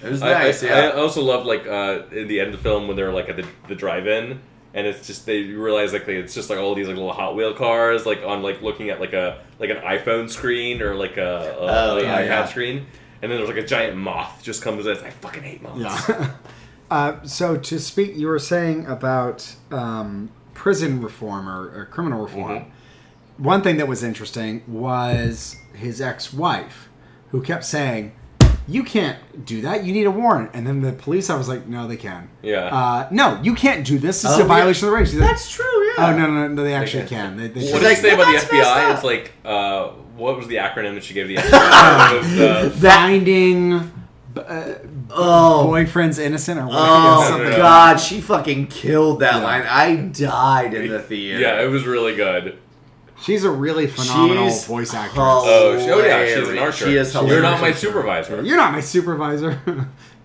Speaker 3: It was
Speaker 2: I,
Speaker 3: nice.
Speaker 2: I,
Speaker 3: yeah.
Speaker 2: I also love like uh, in the end of the film when they're like at the, the drive-in, and it's just they realize like they, it's just like all these like little Hot Wheel cars like on like looking at like a like an iPhone screen or like a, a
Speaker 3: Oh,
Speaker 2: like,
Speaker 3: yeah,
Speaker 2: iPad
Speaker 1: yeah.
Speaker 2: screen, and then there's like a giant moth just comes in. It's like, I fucking hate moths.
Speaker 1: Yeah. uh, so to speak, you were saying about um, prison reform or, or criminal reform. One thing that was interesting was his ex-wife, who kept saying, "You can't do that. You need a warrant." And then the police, I was like, "No, they can."
Speaker 2: Yeah.
Speaker 1: Uh, no, you can't do this. This is
Speaker 3: Oh,
Speaker 1: a violation of the rights. She's like,
Speaker 3: That's true. Yeah.
Speaker 1: Oh no, no, no, they actually
Speaker 2: Okay.
Speaker 1: can. They, they
Speaker 2: What
Speaker 1: should-
Speaker 2: did
Speaker 3: like,
Speaker 2: she say about the
Speaker 3: "That's messed
Speaker 2: FBI?
Speaker 3: up."
Speaker 2: It's like uh, what was the acronym that she gave the FBI? It was, uh,
Speaker 1: finding b- uh,
Speaker 3: Oh.
Speaker 1: boyfriend's innocent or
Speaker 3: Oh
Speaker 1: something.
Speaker 2: Yeah.
Speaker 3: God, she fucking killed that
Speaker 1: Yeah.
Speaker 3: line. I died in the theater.
Speaker 2: Yeah, it was really good.
Speaker 1: She's a really phenomenal
Speaker 3: She's
Speaker 1: voice actress.
Speaker 2: Oh, she- oh yeah, she's an
Speaker 3: Hilarious.
Speaker 2: archer.
Speaker 3: She is
Speaker 2: You're not my
Speaker 3: hilarious.
Speaker 2: supervisor.
Speaker 1: Oh, You're not my supervisor.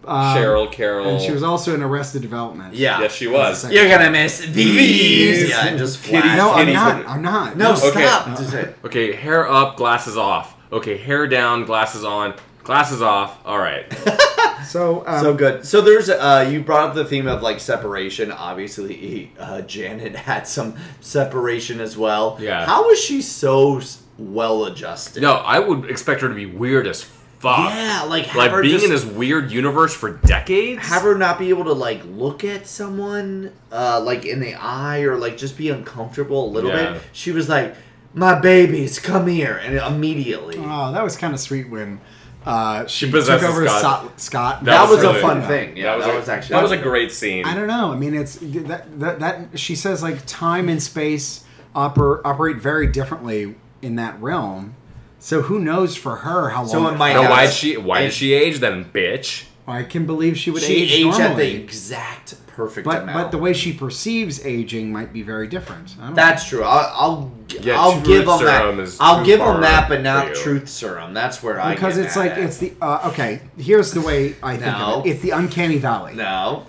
Speaker 1: um,
Speaker 2: Cheryl Carroll.
Speaker 1: And she was also in Arrested Development.
Speaker 3: Yeah.
Speaker 2: yes, she was.
Speaker 1: That's
Speaker 3: You're gonna miss these.
Speaker 2: These.
Speaker 3: Yeah, and just
Speaker 2: Kitty.
Speaker 3: flash.
Speaker 1: No, I'm
Speaker 2: Kitty.
Speaker 1: not. I'm not.
Speaker 3: No,
Speaker 2: Okay.
Speaker 3: stop. Just say-
Speaker 2: Okay, hair up, glasses off. Okay, hair down, glasses on, glasses off. All right.
Speaker 1: So, um,
Speaker 3: so good. So there's uh, you brought up the theme of like separation. Obviously, uh, Janet had some separation as well.
Speaker 2: Yeah.
Speaker 3: How is she so well adjusted?
Speaker 2: No, I would expect her to be weird as fuck.
Speaker 3: Yeah, like have
Speaker 2: Like
Speaker 3: her
Speaker 2: being
Speaker 3: just-
Speaker 2: in this weird universe for decades.
Speaker 3: have her not be able to like look at someone uh, like in the eye or like just be uncomfortable a little
Speaker 2: Yeah.
Speaker 3: bit. She was like, "My babies, come here!" and immediately.
Speaker 1: oh, that was kind of sweet when uh, she, took
Speaker 2: possesses
Speaker 1: over
Speaker 2: Scott.
Speaker 1: Scott. Scott.
Speaker 3: That was a
Speaker 2: really-
Speaker 3: fun
Speaker 1: yeah.
Speaker 3: thing. Yeah, that was,
Speaker 2: a,
Speaker 3: actually
Speaker 2: that was a great scene.
Speaker 1: I don't know. I mean, it's that that, that she says like time and space oper, operate very differently in that realm. So who knows for her how long?
Speaker 3: So it might-
Speaker 2: Now,
Speaker 3: Yeah,
Speaker 2: why'd
Speaker 3: that's-
Speaker 2: she? Why
Speaker 3: it-
Speaker 2: did she age then, bitch?
Speaker 1: I can believe she would
Speaker 3: She
Speaker 1: age,
Speaker 3: aged
Speaker 1: normally.
Speaker 3: at the exact perfect
Speaker 1: but
Speaker 3: amount.
Speaker 1: but the way she perceives aging might be very different. I don't
Speaker 3: That's true. I'll I'll,
Speaker 2: Yeah,
Speaker 3: I'll
Speaker 2: truth
Speaker 3: give them
Speaker 2: serum
Speaker 3: that.
Speaker 2: is
Speaker 3: I'll
Speaker 2: too
Speaker 3: give
Speaker 2: far
Speaker 3: them that, but
Speaker 2: for
Speaker 3: not
Speaker 2: you.
Speaker 3: truth serum. That's where I
Speaker 1: because
Speaker 3: get
Speaker 1: it's
Speaker 3: mad
Speaker 1: like
Speaker 3: at.
Speaker 1: it's the uh, okay. Here's the way I think
Speaker 3: No.
Speaker 1: of it. It's the uncanny valley.
Speaker 3: no.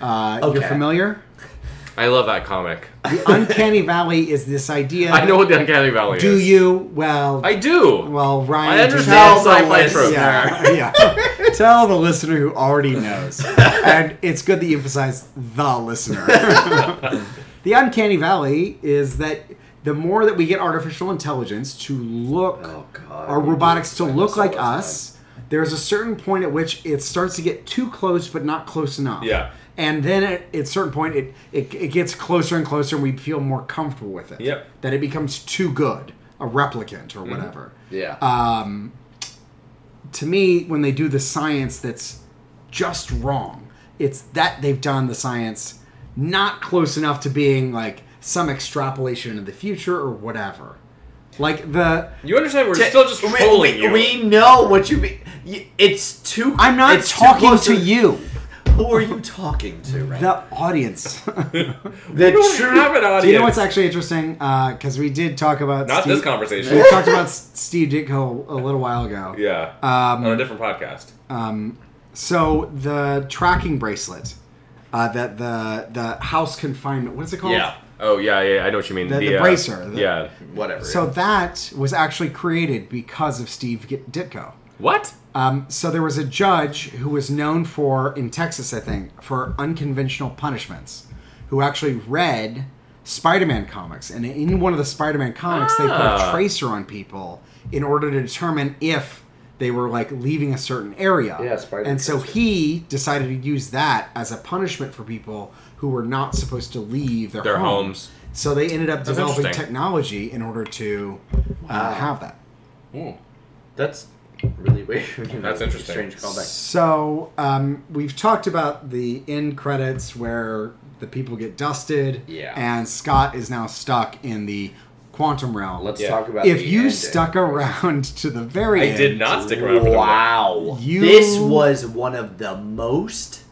Speaker 1: Uh,
Speaker 3: Okay.
Speaker 1: You're familiar.
Speaker 2: I love that comic.
Speaker 1: The uncanny valley is this idea.
Speaker 2: I know what the uncanny valley
Speaker 1: Do
Speaker 2: is.
Speaker 1: you? Well,
Speaker 2: I do.
Speaker 1: well, Ryan.
Speaker 2: I
Speaker 1: did
Speaker 2: understand
Speaker 3: tell the
Speaker 2: sci-fi
Speaker 3: list.
Speaker 2: tropes.
Speaker 1: Yeah, yeah. Tell the listener who already knows. And it's good that you emphasize the listener. the uncanny valley is that the more that we get artificial intelligence to look
Speaker 3: Oh, God.
Speaker 1: our
Speaker 3: We did
Speaker 1: robotics to
Speaker 3: explain
Speaker 1: look
Speaker 3: this
Speaker 1: like
Speaker 3: all the
Speaker 1: us there's a certain point at which it starts to get too close but not close enough
Speaker 2: Yeah.
Speaker 1: and then at, at a certain point it, it it gets closer and closer and we feel more comfortable with it
Speaker 2: Yep.
Speaker 1: that it becomes too good a replicant or whatever
Speaker 3: Yeah.
Speaker 1: Uh, to me when they do the science that's just wrong it's that they've done the science not close enough to being like some extrapolation into the future or whatever like the
Speaker 2: You understand? We're
Speaker 3: T-
Speaker 2: still just
Speaker 3: we-
Speaker 2: trolling
Speaker 3: we,
Speaker 2: you.
Speaker 3: We know what you mean. Y- It's too.
Speaker 1: i'm not
Speaker 3: it's too
Speaker 1: talking
Speaker 3: close
Speaker 1: to you
Speaker 3: Who are you talking to right now?
Speaker 1: the audience
Speaker 3: The
Speaker 2: We don't have an audience.
Speaker 1: Do you know what's actually interesting? Because we did talk about
Speaker 2: Not this
Speaker 1: Steve-
Speaker 2: conversation.
Speaker 1: We talked about S- Steve Ditko a little while ago.
Speaker 2: yeah. on
Speaker 1: Um,
Speaker 2: a different podcast.
Speaker 1: oh. So the tracking bracelet uh, that the the house confinement. What is it called?
Speaker 2: yeah. Oh yeah, yeah. I know what you mean.
Speaker 1: The- the
Speaker 2: uh,
Speaker 1: bracer, the-
Speaker 2: yeah.
Speaker 3: Whatever.
Speaker 1: So that was actually created because of Steve G- Ditko.
Speaker 2: What?
Speaker 1: Um, so there was a judge who was known for in Texas, I think, for unconventional punishments, who actually read Spider-Man comics, and in one of the Spider-Man comics, they put
Speaker 2: Ah.
Speaker 1: a tracer on people in order to determine if they were like leaving a certain area.
Speaker 3: Yeah, Spider-Man
Speaker 1: And so
Speaker 3: tracer.
Speaker 1: he decided to use that as a punishment for people who were not supposed to leave their,
Speaker 2: Their homes.
Speaker 1: homes. So they ended up developing
Speaker 2: interesting.
Speaker 1: technology in order to uh, have that.
Speaker 2: Hmm.
Speaker 3: that's really weird.
Speaker 2: That's interesting.
Speaker 3: Strange callback.
Speaker 1: So um, we've talked about the end credits where the people get dusted,
Speaker 3: Yeah.
Speaker 1: and Scott is now stuck in the quantum realm.
Speaker 3: Let's
Speaker 2: Yeah.
Speaker 3: talk about
Speaker 1: if
Speaker 3: the
Speaker 1: you
Speaker 3: ending.
Speaker 1: stuck around to the very
Speaker 2: I
Speaker 1: end,
Speaker 2: did not stick around for the
Speaker 3: Wow.
Speaker 1: You
Speaker 3: This was one of the most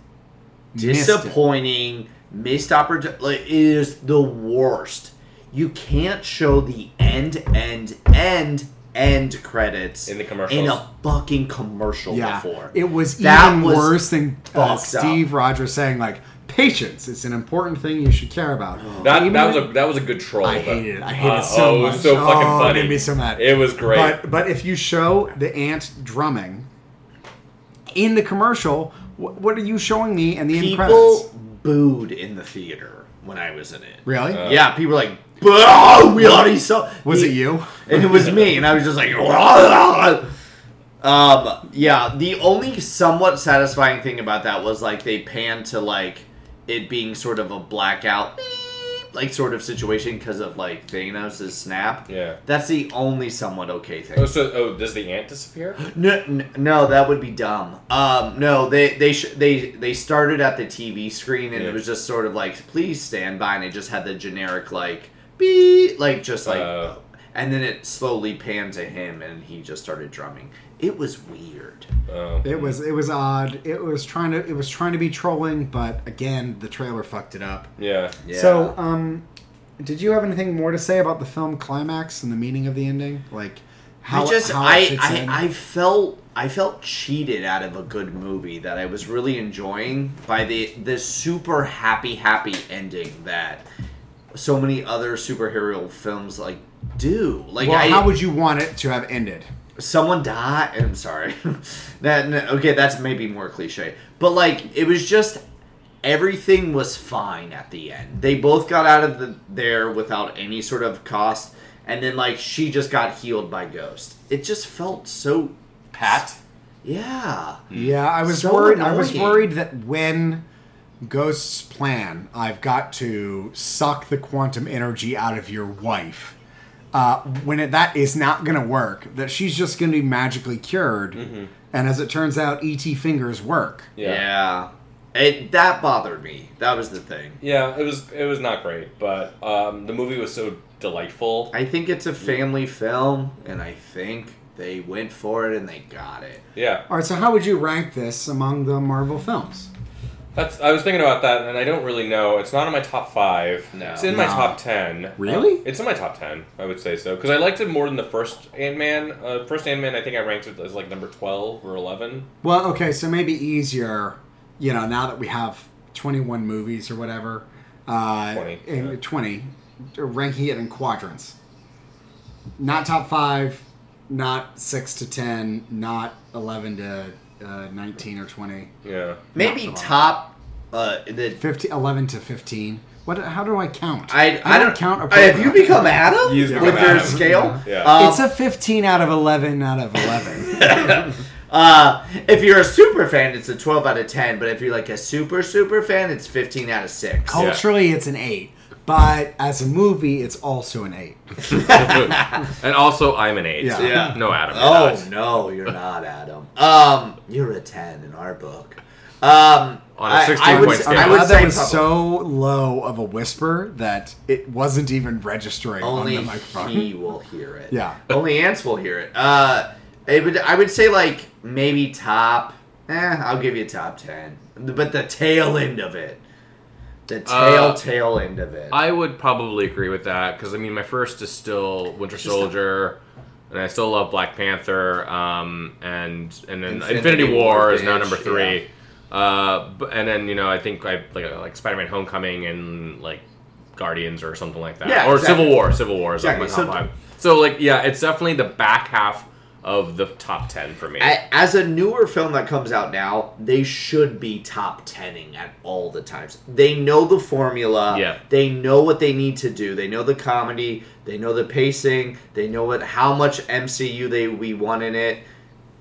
Speaker 1: missed it.
Speaker 3: disappointing missed opportunity. Like, it is the worst. You can't show the end, end, end, end credits
Speaker 2: In the commercials.
Speaker 3: in a fucking commercial
Speaker 1: Yeah,
Speaker 3: before.
Speaker 1: it was
Speaker 3: That
Speaker 1: even
Speaker 3: was
Speaker 1: worse than uh,
Speaker 3: fucked up.
Speaker 1: Steve Rogers saying like, "Patience is an important thing you should care about."
Speaker 2: That,
Speaker 1: Even
Speaker 2: that was
Speaker 1: when-
Speaker 2: a that was a good troll.
Speaker 1: I
Speaker 2: but-
Speaker 1: hated it. I hated
Speaker 2: Uh,
Speaker 1: it so
Speaker 2: oh,
Speaker 1: much.
Speaker 2: It was so fucking
Speaker 1: Oh, it
Speaker 2: funny.
Speaker 1: made me so mad.
Speaker 2: It was great.
Speaker 1: But but if you show the ant drumming in the commercial, what, what are you showing me in the end
Speaker 3: people
Speaker 1: credits?
Speaker 3: booed in the theater when I was in it.
Speaker 1: Really?
Speaker 2: Uh,
Speaker 3: yeah, people were like, "Boo! We already saw."
Speaker 1: was it you?
Speaker 3: and it was me, and I was just like, um, yeah. The only somewhat satisfying thing about that was like they panned to like it being sort of a blackout, like sort of situation because of like Thanos' snap.
Speaker 2: Yeah.
Speaker 3: that's the only somewhat okay thing.
Speaker 2: oh, so oh, does the ant disappear?
Speaker 3: No, n- no, that would be dumb. Um, no, they they sh- they they started at the TV screen and
Speaker 2: Yeah.
Speaker 3: it was just sort of like, please stand by, and it just had the generic like beep, like just like,
Speaker 2: Uh.
Speaker 3: and then it slowly panned to him and he just started drumming. It was weird.
Speaker 2: Oh.
Speaker 1: It was it was odd. It was trying to it was trying to be trolling, but again, the trailer fucked it up.
Speaker 2: Yeah.
Speaker 3: Yeah.
Speaker 1: So, um, did you have anything more to say about the film climax and the meaning of the ending? Like how
Speaker 3: I just
Speaker 1: how it
Speaker 3: I
Speaker 1: fits in?
Speaker 3: I, I felt I felt cheated out of a good movie that I was really enjoying by the the super happy happy ending that so many other superhero films like do like
Speaker 1: well,
Speaker 3: I,
Speaker 1: how would you want it to have ended?
Speaker 3: someone die i'm sorry that no, okay that's maybe more cliche but like it was just everything was fine at the end they both got out of the, there without any sort of cost and then like she just got healed by ghost it just felt so
Speaker 2: Pat.
Speaker 3: yeah
Speaker 1: Yeah, I was
Speaker 3: So
Speaker 1: worried. I was
Speaker 3: annoying.
Speaker 1: worried that when Ghost's plan, I've got to suck the quantum energy out of your wife. Uh, when it, that is not going to work, that she's just going to be magically cured.
Speaker 3: Mm-hmm.
Speaker 1: And as it turns out, ET fingers work.
Speaker 3: yeah,
Speaker 2: Yeah.
Speaker 3: It, that bothered me that was the thing
Speaker 2: Yeah, it was it was not great, but um, the movie was so delightful.
Speaker 3: i think it's a family film and i think they went for it and they got it
Speaker 2: Yeah,
Speaker 1: All right, so how would you rank this among the Marvel films?
Speaker 2: that's. I was thinking about that, and I don't really know. It's not in my top five.
Speaker 3: No.
Speaker 2: it's in my
Speaker 1: No.
Speaker 2: top ten.
Speaker 1: Really?
Speaker 2: Uh, it's in my top ten. I would say so because I liked it more than the first Ant Man. Uh, first Ant Man, I think I ranked it as like number twelve or eleven.
Speaker 1: Well, okay, so maybe easier, you know, now that we have 21 movies or whatever. Uh,
Speaker 2: 20,
Speaker 1: in-
Speaker 2: yeah.
Speaker 1: 20, ranking it in quadrants. Not top five, not six to 10, not 11 to uh, 19 or 20.
Speaker 2: Yeah.
Speaker 3: maybe
Speaker 1: Not the
Speaker 3: top uh the
Speaker 1: 15, 11 to 15. What? How do I count?
Speaker 3: I, I,
Speaker 1: don't
Speaker 3: don't
Speaker 1: count.
Speaker 3: Uh, Have you
Speaker 1: appropriately.
Speaker 3: become Adam
Speaker 2: He's
Speaker 3: with
Speaker 2: become
Speaker 3: your
Speaker 2: Adam.
Speaker 3: scale?
Speaker 2: Yeah.
Speaker 3: Um,
Speaker 1: it's a 15 out of 11 out of 11.
Speaker 3: uh, if you're a super fan, it's a 12 out of 10. But if you're like a super super fan, it's 15 out of six.
Speaker 1: Oh Culturally, it's an 8. But as a movie, it's also an 8.
Speaker 2: and also, I'm an eight.
Speaker 1: Yeah.
Speaker 3: Yeah.
Speaker 2: No, Adam. you're
Speaker 3: Oh
Speaker 2: not.
Speaker 3: no, you're not Adam. Um, you're a 10 in our book. Um,
Speaker 2: On a
Speaker 3: I- I
Speaker 2: 16
Speaker 3: would
Speaker 2: point
Speaker 3: s-
Speaker 2: scale.
Speaker 3: I
Speaker 1: I
Speaker 3: would
Speaker 1: thought
Speaker 3: say
Speaker 1: that was
Speaker 3: probably-
Speaker 1: so low of a whisper that it wasn't even registering
Speaker 3: Only
Speaker 1: on the microphone.
Speaker 3: he will hear it.
Speaker 1: Yeah.
Speaker 3: Only ants will hear it. Uh, it would, I would say like maybe top. Eh, I'll give you top ten, but the tail end of it, the tail
Speaker 2: Uh,
Speaker 3: tail end of it.
Speaker 2: I would probably agree with that because I mean, my first is still Winter
Speaker 3: Just a-
Speaker 2: Soldier, and I still love Black Panther. Um, and and then
Speaker 3: Infinity
Speaker 2: Infinity, War,
Speaker 3: War,
Speaker 2: is now
Speaker 3: bitch,
Speaker 2: number three. Uh, b- and then you know, I think I like uh, like Spider Man Homecoming and like Guardians or something like that,
Speaker 3: Yeah,
Speaker 2: or
Speaker 3: exactly.
Speaker 2: Civil War. Civil War is like my
Speaker 3: Exactly.
Speaker 2: top
Speaker 3: So-
Speaker 2: five. So like, yeah, it's definitely the back half of the top ten for me.
Speaker 3: A- as a newer film that comes out now, they should be top tenning at all the times. They know the formula.
Speaker 2: Yeah.
Speaker 3: They know what they need to do. They know the comedy. They know the pacing. They know what how much MCU they we want in it.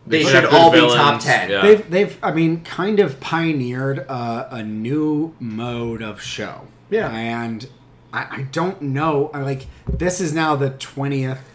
Speaker 3: They,
Speaker 2: should
Speaker 3: should
Speaker 2: have good
Speaker 3: all be
Speaker 2: villains,
Speaker 3: top ten.
Speaker 2: yeah.
Speaker 1: They've, they've, I mean, kind of pioneered uh, a, a new mode of show.
Speaker 3: Yeah.
Speaker 1: And I, I don't know. I like this is now the twentieth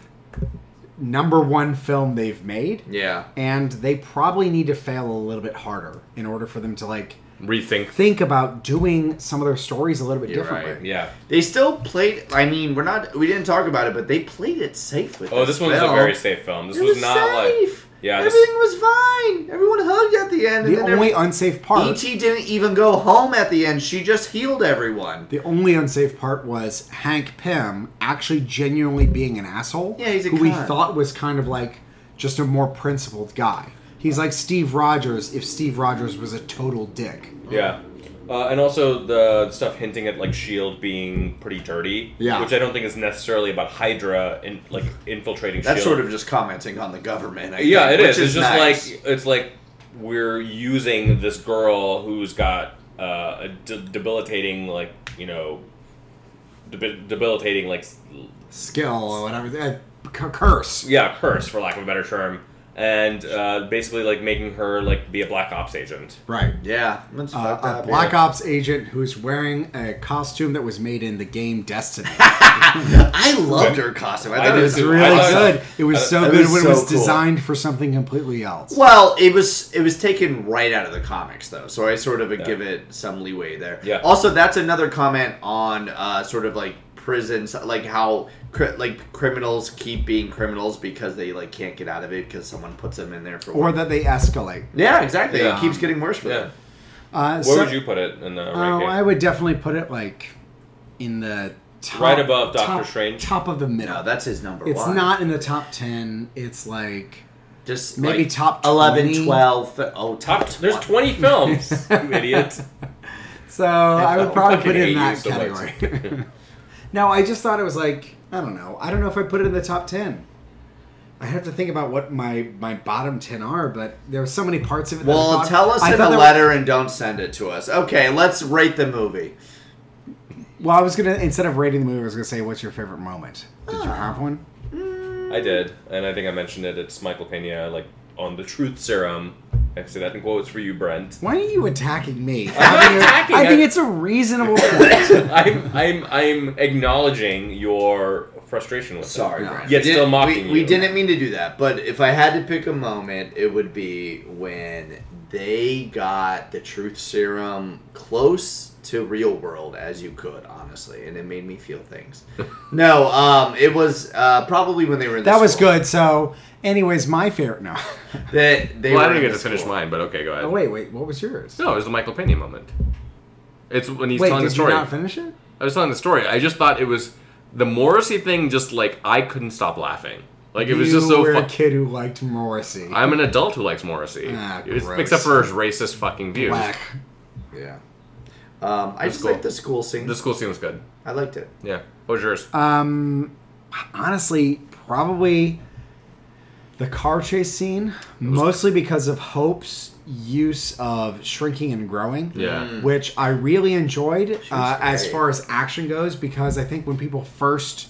Speaker 1: number one film they've made,
Speaker 3: Yeah.
Speaker 1: and they probably need to fail a little bit harder in order for them to like
Speaker 2: Rethink.
Speaker 1: think about doing some of their stories a little bit
Speaker 3: You're
Speaker 1: differently.
Speaker 3: right.
Speaker 2: Yeah.
Speaker 3: They still played. I mean, we're not. We didn't talk about it, but they played it safe with.
Speaker 2: Oh, this one was a
Speaker 3: film.
Speaker 2: very safe film. This
Speaker 3: It
Speaker 2: was, not
Speaker 3: safe.
Speaker 2: like yeah. This,
Speaker 3: Everything was fine. Everyone hugged at the end. and
Speaker 1: The
Speaker 3: then
Speaker 1: only unsafe part.
Speaker 3: ET didn't even go home at the end. She just healed everyone.
Speaker 1: The only unsafe part was Hank Pym actually genuinely being an asshole.
Speaker 3: Yeah, he's a
Speaker 1: who we
Speaker 3: cunt.
Speaker 1: thought was kind of like just a more principled guy. He's like Steve Rogers if Steve Rogers was a total dick.
Speaker 2: Yeah. Uh, and also the stuff hinting at like Shield E being pretty dirty,
Speaker 1: Yeah.
Speaker 2: which I don't think is necessarily about Hydra and like infiltrating.
Speaker 3: That's
Speaker 2: Shield.
Speaker 3: sort of just commenting on the government. I
Speaker 2: E yeah,
Speaker 3: think,
Speaker 2: it
Speaker 3: which
Speaker 2: is. It's just
Speaker 3: nice.
Speaker 2: like it's like we're using this girl who's got uh, a de- debilitating like you know debi- debilitating like s-
Speaker 1: Skill or whatever. eh, c- curse.
Speaker 2: yeah curse for lack of a better term, and uh, basically like making her like be a black ops agent.
Speaker 1: Right.
Speaker 3: yeah, that's fucked
Speaker 1: Uh,
Speaker 3: up,
Speaker 1: a Black
Speaker 3: yeah.
Speaker 1: Ops agent who's wearing a costume that was made in the game Destiny.
Speaker 3: I loved her costume. I
Speaker 2: I
Speaker 1: It
Speaker 3: thought it
Speaker 2: did
Speaker 3: was
Speaker 1: was
Speaker 2: too.
Speaker 1: really
Speaker 2: I thought-
Speaker 1: good. It was so
Speaker 3: it
Speaker 1: good
Speaker 3: was
Speaker 1: when
Speaker 3: so
Speaker 1: it was
Speaker 3: cool.
Speaker 1: designed for something completely else.
Speaker 3: Well, it was it was taken right out of the comics though, so I sort of would give it some leeway there.
Speaker 2: Yeah.
Speaker 3: Also, that's another comment on uh, sort of like prisons, like how cri- like criminals keep being criminals because they like can't get out of it because someone puts them in there for.
Speaker 1: Or that they escalate.
Speaker 3: yeah, exactly.
Speaker 2: Yeah.
Speaker 3: It keeps getting worse for them.
Speaker 2: Where
Speaker 1: Uh, so-
Speaker 2: would you put it in the
Speaker 1: Oh,
Speaker 3: Uh,
Speaker 2: ranking?
Speaker 1: I would definitely put it like in the top,
Speaker 2: Right above Doctor
Speaker 1: top-
Speaker 2: Strange?
Speaker 1: top of the middle.
Speaker 3: No, that's his number
Speaker 1: it's
Speaker 3: one.
Speaker 1: not in the top ten. It's like
Speaker 3: just
Speaker 1: maybe
Speaker 3: like
Speaker 1: top
Speaker 3: 11,
Speaker 1: 20.
Speaker 3: 12. th- Oh, top.
Speaker 2: Top, there's
Speaker 3: 20.
Speaker 2: 20 films, you idiot.
Speaker 1: so. I
Speaker 2: I
Speaker 1: would probably
Speaker 2: fucking
Speaker 1: put it
Speaker 2: hate
Speaker 1: in that
Speaker 2: you so much.
Speaker 1: category. no, I just thought it was like I don't know. I don't know if I put it in the top ten. I have to think about what my my bottom ten are, but there were so many parts of it. that I
Speaker 3: Well,
Speaker 1: thought-
Speaker 3: tell us
Speaker 1: I
Speaker 3: in
Speaker 1: thought
Speaker 3: a
Speaker 1: there were-
Speaker 3: letter and don't send it to us. Okay, let's rate the movie.
Speaker 1: well, I was gonna instead of rating the movie, I was gonna say, "What's your favorite moment?" Did
Speaker 2: Ah.
Speaker 1: you have one?
Speaker 2: I did, and I think I mentioned it. It's Michael Pena, like on the Truth Serum. I say that in quotes for you, Brent.
Speaker 1: Why are you attacking me? i think-
Speaker 2: attacking
Speaker 1: I think
Speaker 2: it.
Speaker 1: it's a reasonable point.
Speaker 2: I'm, I'm, I'm acknowledging your frustration with
Speaker 3: Sorry,
Speaker 2: it.
Speaker 1: No.
Speaker 3: Brandon.
Speaker 2: Yet still
Speaker 3: Didn't-
Speaker 2: mocking
Speaker 3: we, we
Speaker 2: you.
Speaker 3: didn't mean to do that, but if I had to pick a moment, it would be when they got the truth serum close to real world as you could, honestly, and it made me feel things. no, um, it was uh, probably when they were in. The
Speaker 1: That was
Speaker 3: school.
Speaker 1: good. So, anyways, my favorite. No.
Speaker 3: That they
Speaker 2: Well, I
Speaker 3: were
Speaker 2: didn't
Speaker 3: in
Speaker 2: get to
Speaker 3: the
Speaker 2: finish
Speaker 3: school.
Speaker 2: mine, but okay, go ahead.
Speaker 1: Oh wait, wait. What was yours?
Speaker 2: No, it was the Michael Pena moment. It's when he's
Speaker 1: wait,
Speaker 2: telling
Speaker 1: did
Speaker 2: the story.
Speaker 1: you not finish it?
Speaker 2: I was telling the story. I just thought it was the Morrissey thing. Just like I couldn't stop laughing. Like it was
Speaker 1: you
Speaker 2: just so
Speaker 1: were
Speaker 2: fu-
Speaker 1: a kid who liked Morrissey.
Speaker 2: I'm an adult who likes Morrissey,
Speaker 1: Ah,
Speaker 2: It's-
Speaker 1: gross.
Speaker 2: except for his racist fucking views.
Speaker 1: Black.
Speaker 3: Yeah. Um, I just
Speaker 2: cool.
Speaker 3: liked the school scene.
Speaker 2: The school scene was good.
Speaker 3: I liked it.
Speaker 2: oh,
Speaker 3: Uh,
Speaker 2: Yeah. What was yours?
Speaker 1: Um, honestly, probably The car chase scene, mostly because of Hope's use of shrinking and growing.
Speaker 2: Yeah. Mm.
Speaker 1: Which I really enjoyed uh, as
Speaker 3: great.
Speaker 1: far as action goes, because I think when people first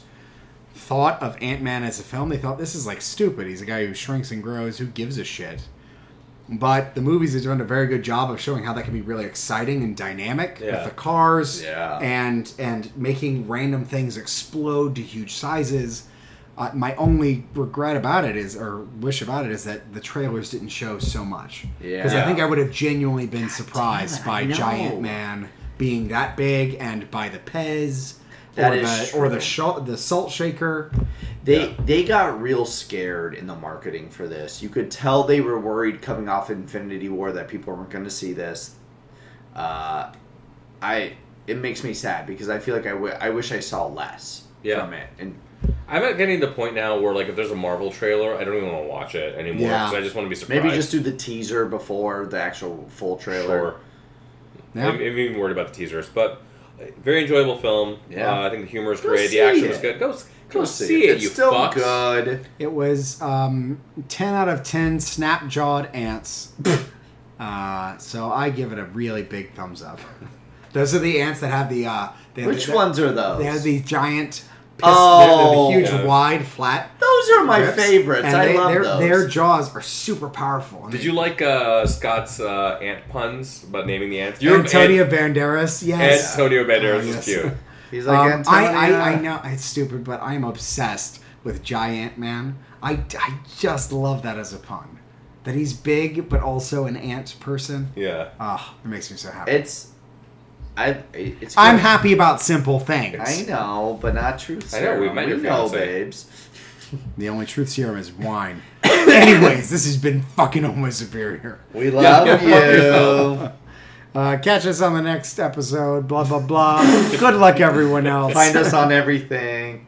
Speaker 1: thought of Ant Man as a film, they thought this is like stupid. He's a guy who shrinks and grows. Who gives a shit? But the movies have done a very good job of showing how that can be really exciting and dynamic
Speaker 2: Yeah.
Speaker 1: with the cars
Speaker 3: Yeah.
Speaker 1: and and making random things explode to huge sizes. Uh, my only regret about it is, or wish about it, is that the trailers didn't show so much. Because I
Speaker 3: Yeah.
Speaker 1: think I would have genuinely been surprised
Speaker 3: I
Speaker 1: by
Speaker 3: know.
Speaker 1: Giant Man being that big and by the Pez
Speaker 3: That
Speaker 1: or,
Speaker 3: is
Speaker 1: the, or the,
Speaker 3: true.
Speaker 1: sha- the Salt Shaker.
Speaker 3: They they got real scared in the marketing for this. You could tell they were worried coming off Infinity War that people weren't going to see this. Uh, I it makes me sad because I feel like I wi- I wish I saw less
Speaker 2: Yeah.
Speaker 3: from it. And
Speaker 2: I'm at getting to the point now where like if there's a Marvel trailer, I don't even want to watch it anymore
Speaker 1: Yeah.
Speaker 2: because I just want to be surprised.
Speaker 3: maybe just do the teaser before the actual full trailer.
Speaker 2: Sure.
Speaker 1: Yeah.
Speaker 2: I'm, I'm even worried about the teasers, but uh, very enjoyable film.
Speaker 3: Yeah.
Speaker 2: Uh, I think the humor is
Speaker 3: Go
Speaker 2: great.
Speaker 3: see
Speaker 2: The action was
Speaker 3: it.
Speaker 2: good. Go, s- go,
Speaker 3: We'll
Speaker 2: see it.
Speaker 3: It's
Speaker 2: you
Speaker 3: still
Speaker 2: fucks.
Speaker 3: good.
Speaker 1: It was um, 10 out of 10 snap jawed ants. uh, so I give it a really big thumbs up. Those are the ants that have the. Uh, they have
Speaker 3: Which
Speaker 1: the,
Speaker 3: ones are those?
Speaker 1: They have the giant. Piss,
Speaker 3: Oh.
Speaker 1: they're the huge,
Speaker 2: Yeah.
Speaker 1: wide, flat.
Speaker 3: those are my
Speaker 1: grips.
Speaker 3: favorites.
Speaker 1: And
Speaker 3: I
Speaker 1: they,
Speaker 3: love
Speaker 1: their,
Speaker 3: those.
Speaker 1: Their jaws are super powerful.
Speaker 2: Did you like uh, Scott's uh, ant puns about naming the ants? You're
Speaker 1: Antonio Banderas? Yes.
Speaker 2: Antonio Banderas
Speaker 1: Oh, yes.
Speaker 2: is cute.
Speaker 3: He's like
Speaker 1: Um, I,
Speaker 3: Antonia.
Speaker 1: I, I know it's stupid, but I'm obsessed with Giant Man. I, I just love that as a pun. That he's big, but also an ant person.
Speaker 2: Yeah.
Speaker 1: Ah, it makes me so happy.
Speaker 3: It's I. It's.
Speaker 1: I'm
Speaker 3: good.
Speaker 1: happy about simple things.
Speaker 3: I know, but not truth.
Speaker 2: I know, we
Speaker 3: serum.
Speaker 2: met your
Speaker 3: know,
Speaker 2: fiancé.
Speaker 3: babes.
Speaker 1: The only truth serum is wine. Anyways, this has been fucking almost superior.
Speaker 3: We love
Speaker 2: yeah, fuck
Speaker 3: you.
Speaker 1: Uh, catch us on the next episode. Blah blah blah. Good luck, everyone else.
Speaker 3: Find us on everything.